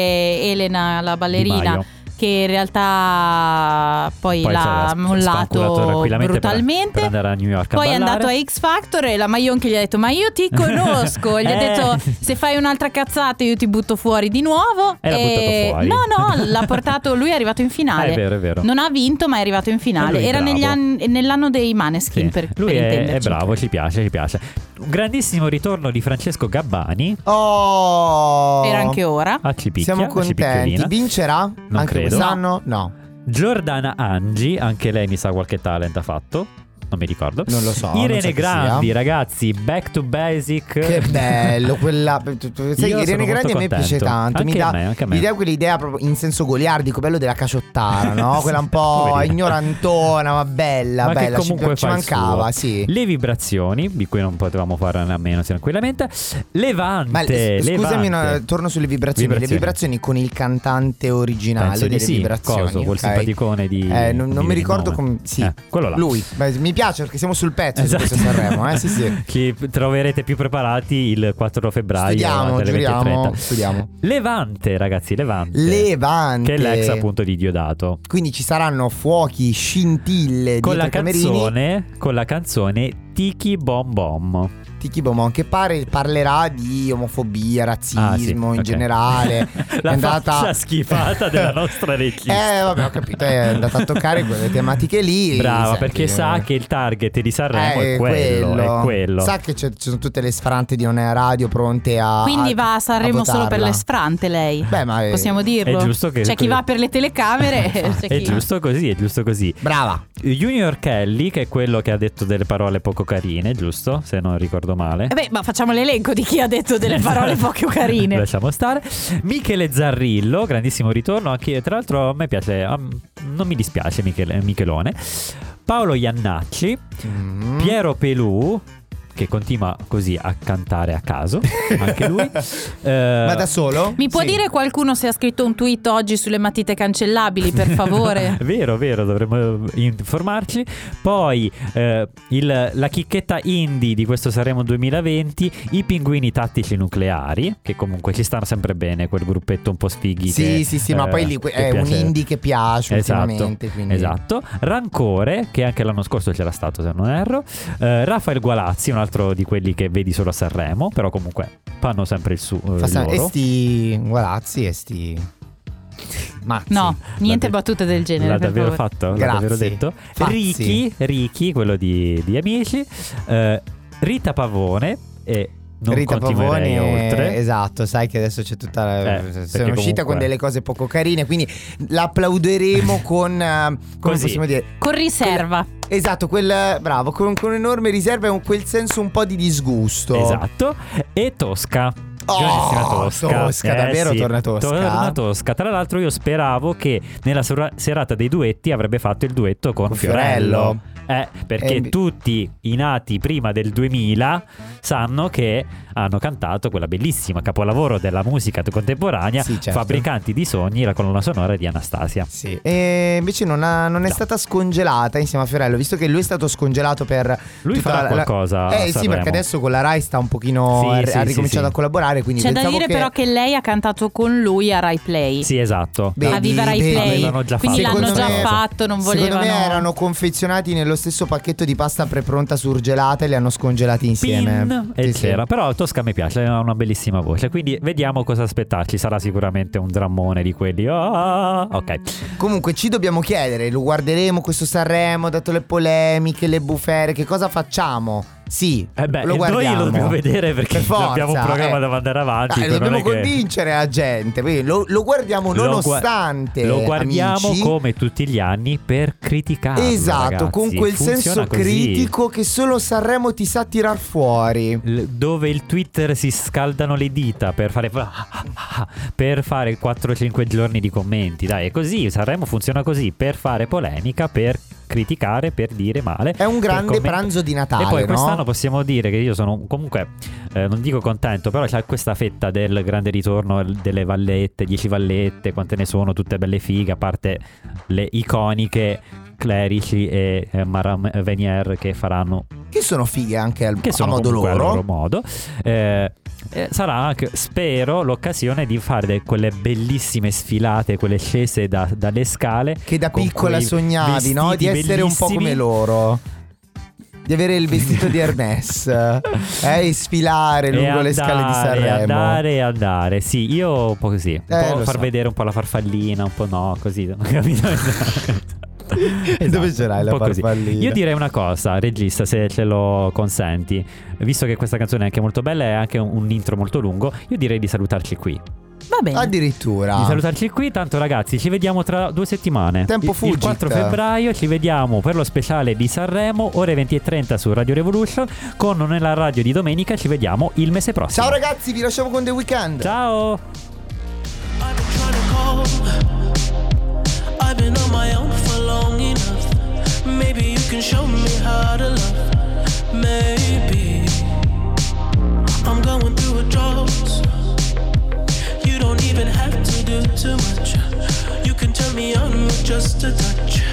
Elena, la
Di
ballerina,
Maio.
che in realtà poi,
Poi
l'ha
sarà spanculato
mollato
tranquillamente per-
brutalmente.
per andare a New York a
poi è
ballare.
andato a X Factor e la Maionchi gli ha detto: Ma io ti conosco. gli
<laughs>
ha
Eh.
detto: Se fai un'altra cazzata, io ti butto fuori di nuovo.
E l'ha buttato fuori.
No, no,
<laughs>
l'ha portato. Lui è arrivato in
Ah,
finale.
è vero, è vero.
Non ha vinto, ma è arrivato in finale.
lui è
Era
bravo.
negli anni- nell'anno dei Maneskin,
Sì.
per,
Lui
per
è, è
intenderci.
bravo, ci piace, ci piace. Un grandissimo ritorno di Francesco Gabbani.
Oh!
Era anche ora.
A Cipicchia,
Siamo
a Ah, Cipicchiolina.
contenti. Vincerà? anche
credo.
quest'anno? No.
Giordana Angi, anche lei mi sa qualche talent ha fatto. non mi ricordo.
Non lo so, non
Irene
so chi
Grandi,
sia.
ragazzi, Back to Basic. <laughs>
Che bello, quella. Sai,
sono
Irene
molto
Grandi a me
contento.
piace tanto. mi
Anche
dà
a me, anche a me.
mi dà quell'idea proprio in senso goliardico, bello della caciottara,
<laughs>
no? Quella un po'
Poverina.
ignorantona, ma bella,
Ma
bella.
che
ci,
comunque
ci
fa il
mancava,
suo.
sì.
Le vibrazioni, di cui non potevamo fare a meno tranquillamente. Levante,
Ma le- scusami,
Levante.
no, torno sulle vibrazioni.
Vibrazioni.
Le vibrazioni con il cantante originale
Penso di
delle
sì,
vibrazioni.
coso, quel
ok?
simpaticone di-
Eh, non, non
di-
mi
di
ricordo
nome.
come. Sì,
Eh, quello là. <laughs> Esatto.
Lui. Beh, mi piace perché siamo sul pezzo su questo Sanremo, eh? Sì,
<laughs>
sì.
Che troverete più preparati il 4 febbraio.
Studiamo,
alle
giuriamo,
20:30.
studiamo.
Levante, ragazzi, Levante.
Levante.
Che è l'ex appunto di Diodato.
Quindi ci saranno fuochi, scintille
Con la
dietro i camerini.
canzone, con la canzone Tiki Bom Bom.
Tiki Bomon che pare parlerà di omofobia, razzismo
Ah, sì,
in
ok. <laughs>
generale. È
La
andata-
faccia schifata della nostra regista.
<laughs> Eh, vabbè, ho capito, è andata a toccare quelle tematiche lì.
Brava,
Senti,
perché sa
eh,
che il target di Sanremo
eh,
è quello,
quello.
è quello.
Sa che c'è- ci sono tutte le sfarante di Onea Radio pronte Ah, a.
Quindi va a Sanremo solo per le sfrante
sfarante.
lei.
Beh, ma è-
Possiamo dirlo.
è giusto che-
C'è chi va per le telecamere.
<laughs>
e c'è
È
chi...
giusto così, è giusto così.
Brava.
Junior Kelly, che è quello che ha detto delle parole poco carine, giusto? Se non ricordo male.
Eh beh, ma facciamo l'elenco di chi ha detto
<laughs>
delle parole poco carine.
Lasciamo stare. Michele Zarrillo, grandissimo ritorno. Anche, tra l'altro, a me piace. a- non mi dispiace, Michele- Michelone. Paolo Iannacci,
Mm-hmm.
Piero Pelù. Che continua così a cantare a
<laughs>
caso, anche lui. Eh,
Ma da solo?
Mi può
Sì.
dire qualcuno se ha scritto un tweet oggi sulle matite cancellabili, per
<laughs>
favore?
vero, vero, dovremmo informarci. Poi eh, il- la chicchetta indie di questo Sanremo 2020, i pinguini tattici nucleari, che comunque ci stanno sempre bene, quel gruppetto un po' sfighi.
Sì,
che,
sì, sì, ma
eh,
poi lì que-
che
è un
piace.
indie che piace
Esatto,
ultimamente. Quindi.
esatto, Rancore, che anche l'anno scorso c'era stato se non erro, Eh, Rafael Gualazzi, un altro di quelli che vedi solo a Sanremo, però comunque fanno sempre il suo...
Fa sta-
loro.
e sti gualazzi e sti. Mazzi.
No, niente
L'ha de-
battute del genere.
L'ha
per
davvero
favore.
fatto, l'ha
Grazie.
davvero detto.
Fazzi.
Ricky, Ricky, quello di, di Amici, eh, Rita Pavone e non
Rita
continuerei
Pavone,
oltre.
esatto, sai che adesso c'è tutta la...
Eh,
sono
perché
uscita
comunque-
con delle cose poco carine, quindi
<laughs>
l'applauderemo con... eh, come
Così.
possiamo dire?
Con riserva.
Esatto, quel... Bravo, con, con enorme riserva e un- quel senso un po' di disgusto.
Esatto. E Tosca.
Oh,
Grandissima Tosca. Eh,
Tosca, davvero torna Tosca.
Torna Tosca. Tra l'altro io speravo che nella sora- serata dei duetti avrebbe fatto il duetto con,
Con
Fiorello.
Fiorello.
Eh, perché
Eh,
tutti i nati prima del 2000 sanno che hanno cantato quella bellissima capolavoro della musica contemporanea,
Sì, certo.
Fabbricanti di sogni, la colonna sonora di Anastasia.
Sì. E invece non, ha- non è
No.
stata scongelata insieme a Fiorello, visto che lui è stato scongelato per...
Lui
tutta
farà
la- la-
qualcosa a
Eh sì,
Sanremo.
perché adesso con la Rai sta un pochino...
Sì,
ha,
sì,
ha
sì,
ricominciato
sì.
a collaborare, quindi...
C'è da
pensavo
dire
che...
però che lei ha cantato con lui a Rai Play.
Sì, esatto.
Vedi,
a Viva Rai
vedi.
L'avevano
Play.
già
Quindi
fatto.
l'hanno già
Secondo me-
fatto, non volevano.
Secondo me erano confezionati nello stesso pacchetto di pasta prepronta surgelata e li hanno scongelati insieme.
Pin e
Sì, sì.
c'era. Però Tosca mi piace, ha una bellissima voce. Quindi vediamo cosa aspettarci. Sarà sicuramente un drammone di quelli. Ah, ok.
Comunque ci dobbiamo chiedere, lo guarderemo questo Sanremo, dato le polemiche, le bufere, che cosa facciamo? Sì,
Eh beh,
lo
noi
guardiamo.
lo dobbiamo vedere perché
Per forza,
abbiamo un programma
eh.
da mandare avanti,
Ah,
quindi non
dobbiamo
è che-
convincere la gente. quindi Lo, lo guardiamo
Lo gua-
nonostante.
lo guardiamo
amici.
come tutti gli anni per criticarlo.
Esatto,
ragazzi.
con quel
Funziona
senso
così.
critico che solo Sanremo ti sa tirar fuori.
L- Dove il Twitter si scaldano le dita per fare, per fare 4-5 giorni di commenti. Dai, è così. Sanremo funziona così: per fare polemica, per criticare, per dire male.
È un
per
grande
commentare.
pranzo di Natale.
E poi
no?
quest'anno possiamo dire che io sono comunque, eh, non dico contento, però c'è questa fetta del grande ritorno delle vallette, 10 vallette, quante ne sono, tutte belle fighe, a parte le iconiche Clerici e eh, Maram Venier che faranno,
Che sono fighe anche al,
che
a
sono
modo
comunque
loro.
al loro modo. Eh, eh, sarà anche, spero, l'occasione di fare de- quelle bellissime sfilate, quelle scese da- dalle scale.
Che da
con
piccola
quei
sognavi, no? Di
vestiti
essere un po'
bellissimi.
come loro. Di avere il vestito di
<laughs>
Ernest eh, e sfilare lungo le scale di
andare,
Sanremo.
Andare, andare, sì, io un po' così. Un
Eh,
po'
lo
far
so.
vedere un po' la farfallina, un po' no, così. <laughs> capito?
<laughs>
Esatto,
Dove ce l'hai
un
la
po' così.
farfallina?
Io direi una cosa, regista, se ce lo consenti, visto che questa canzone è anche molto bella e ha anche un, un intro molto lungo, io direi di salutarci qui.
Va bene.
Addirittura.
Di salutarci qui, tanto ragazzi, ci vediamo tra due settimane.
Tempo
Il-
fugit.
Il 4 febbraio ci vediamo per lo speciale di Sanremo, ore 20 e 30 su Radio Revolution, con Nella Radio di domenica ci vediamo il mese prossimo.
Ciao ragazzi, vi lasciamo con The Weeknd.
Ciao.
I've been on my own for long enough. Maybe you can show me how to love. Maybe I'm going through a drought. You don't even have to do too much. You can turn me on with just a touch,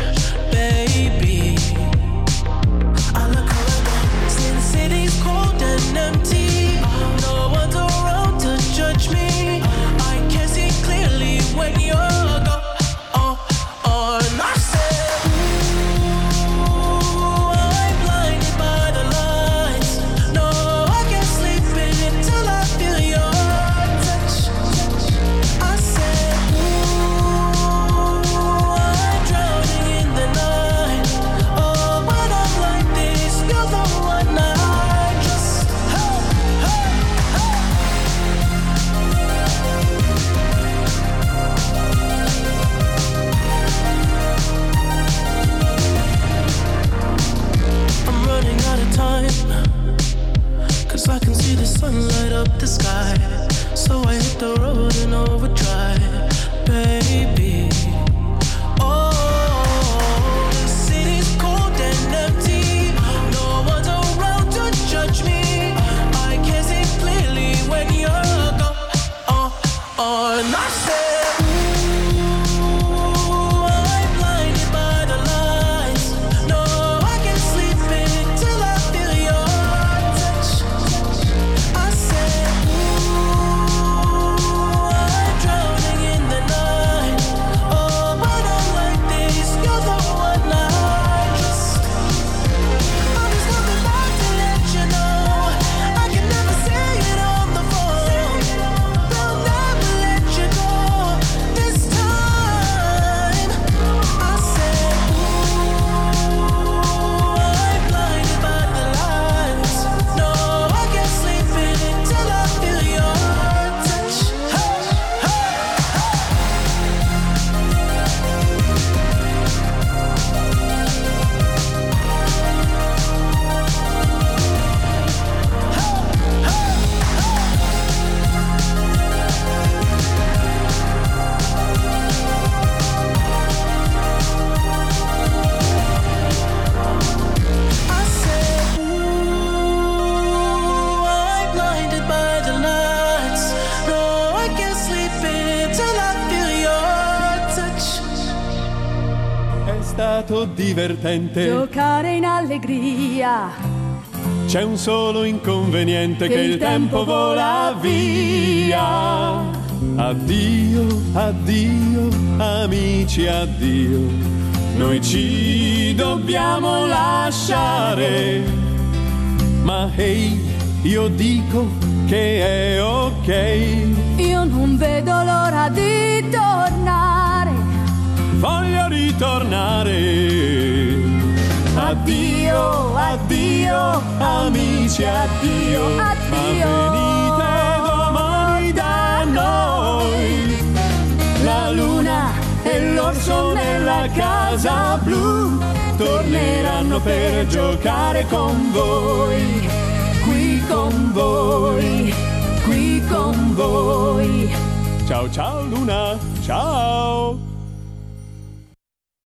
baby. I look around, since city's cold and empty. No one's around to judge me. I can see clearly when you're gone. And I said, Ooh, I'm blinded by the lights. No, I can't sleep until I feel your touch. I said, Ooh, I'm drowning in the night. Oh, when I'm like this, you're the one I trust. Hey, hey, I'm running out of time. Cause I can see the sun light up the sky. So I hit the road and overdrive, baby. Oh, the city's cold and empty. No one's around to judge me. I can see clearly when you're gone. Uh, And I said, Ooh, I'm blinded by the lights. No, I can't sleep until I feel your touch. I said, Ooh, I'm drowning in the night. Oh, when I'm like this, you're the one I trust. I'm just coming back to let you know. I can never say it on the phone. They'll never let you go this time. I said, Ooh, I'm blinded by the lights. No, I can't sleep until I feel your touch. Hey, hey, hey. I said, Ooh, I'm blinded by the lights. No, I can't sleep until I feel your touch.
È stato divertente.
Giocare in allegria.
C'è un solo inconveniente che,
Che
il tempo vola via. Addio, addio, amici, addio. Noi ci dobbiamo lasciare. Ma ehi, io dico che è ok.
Io non vedo l'ora di tornare.
Voglio ritornare. Addio, addio, amici, addio.
Addio.
Ma venite domani da noi. La luna e l'orso nella casa blu torneranno per giocare con voi. Qui con voi, qui con voi. Ciao ciao luna, ciao.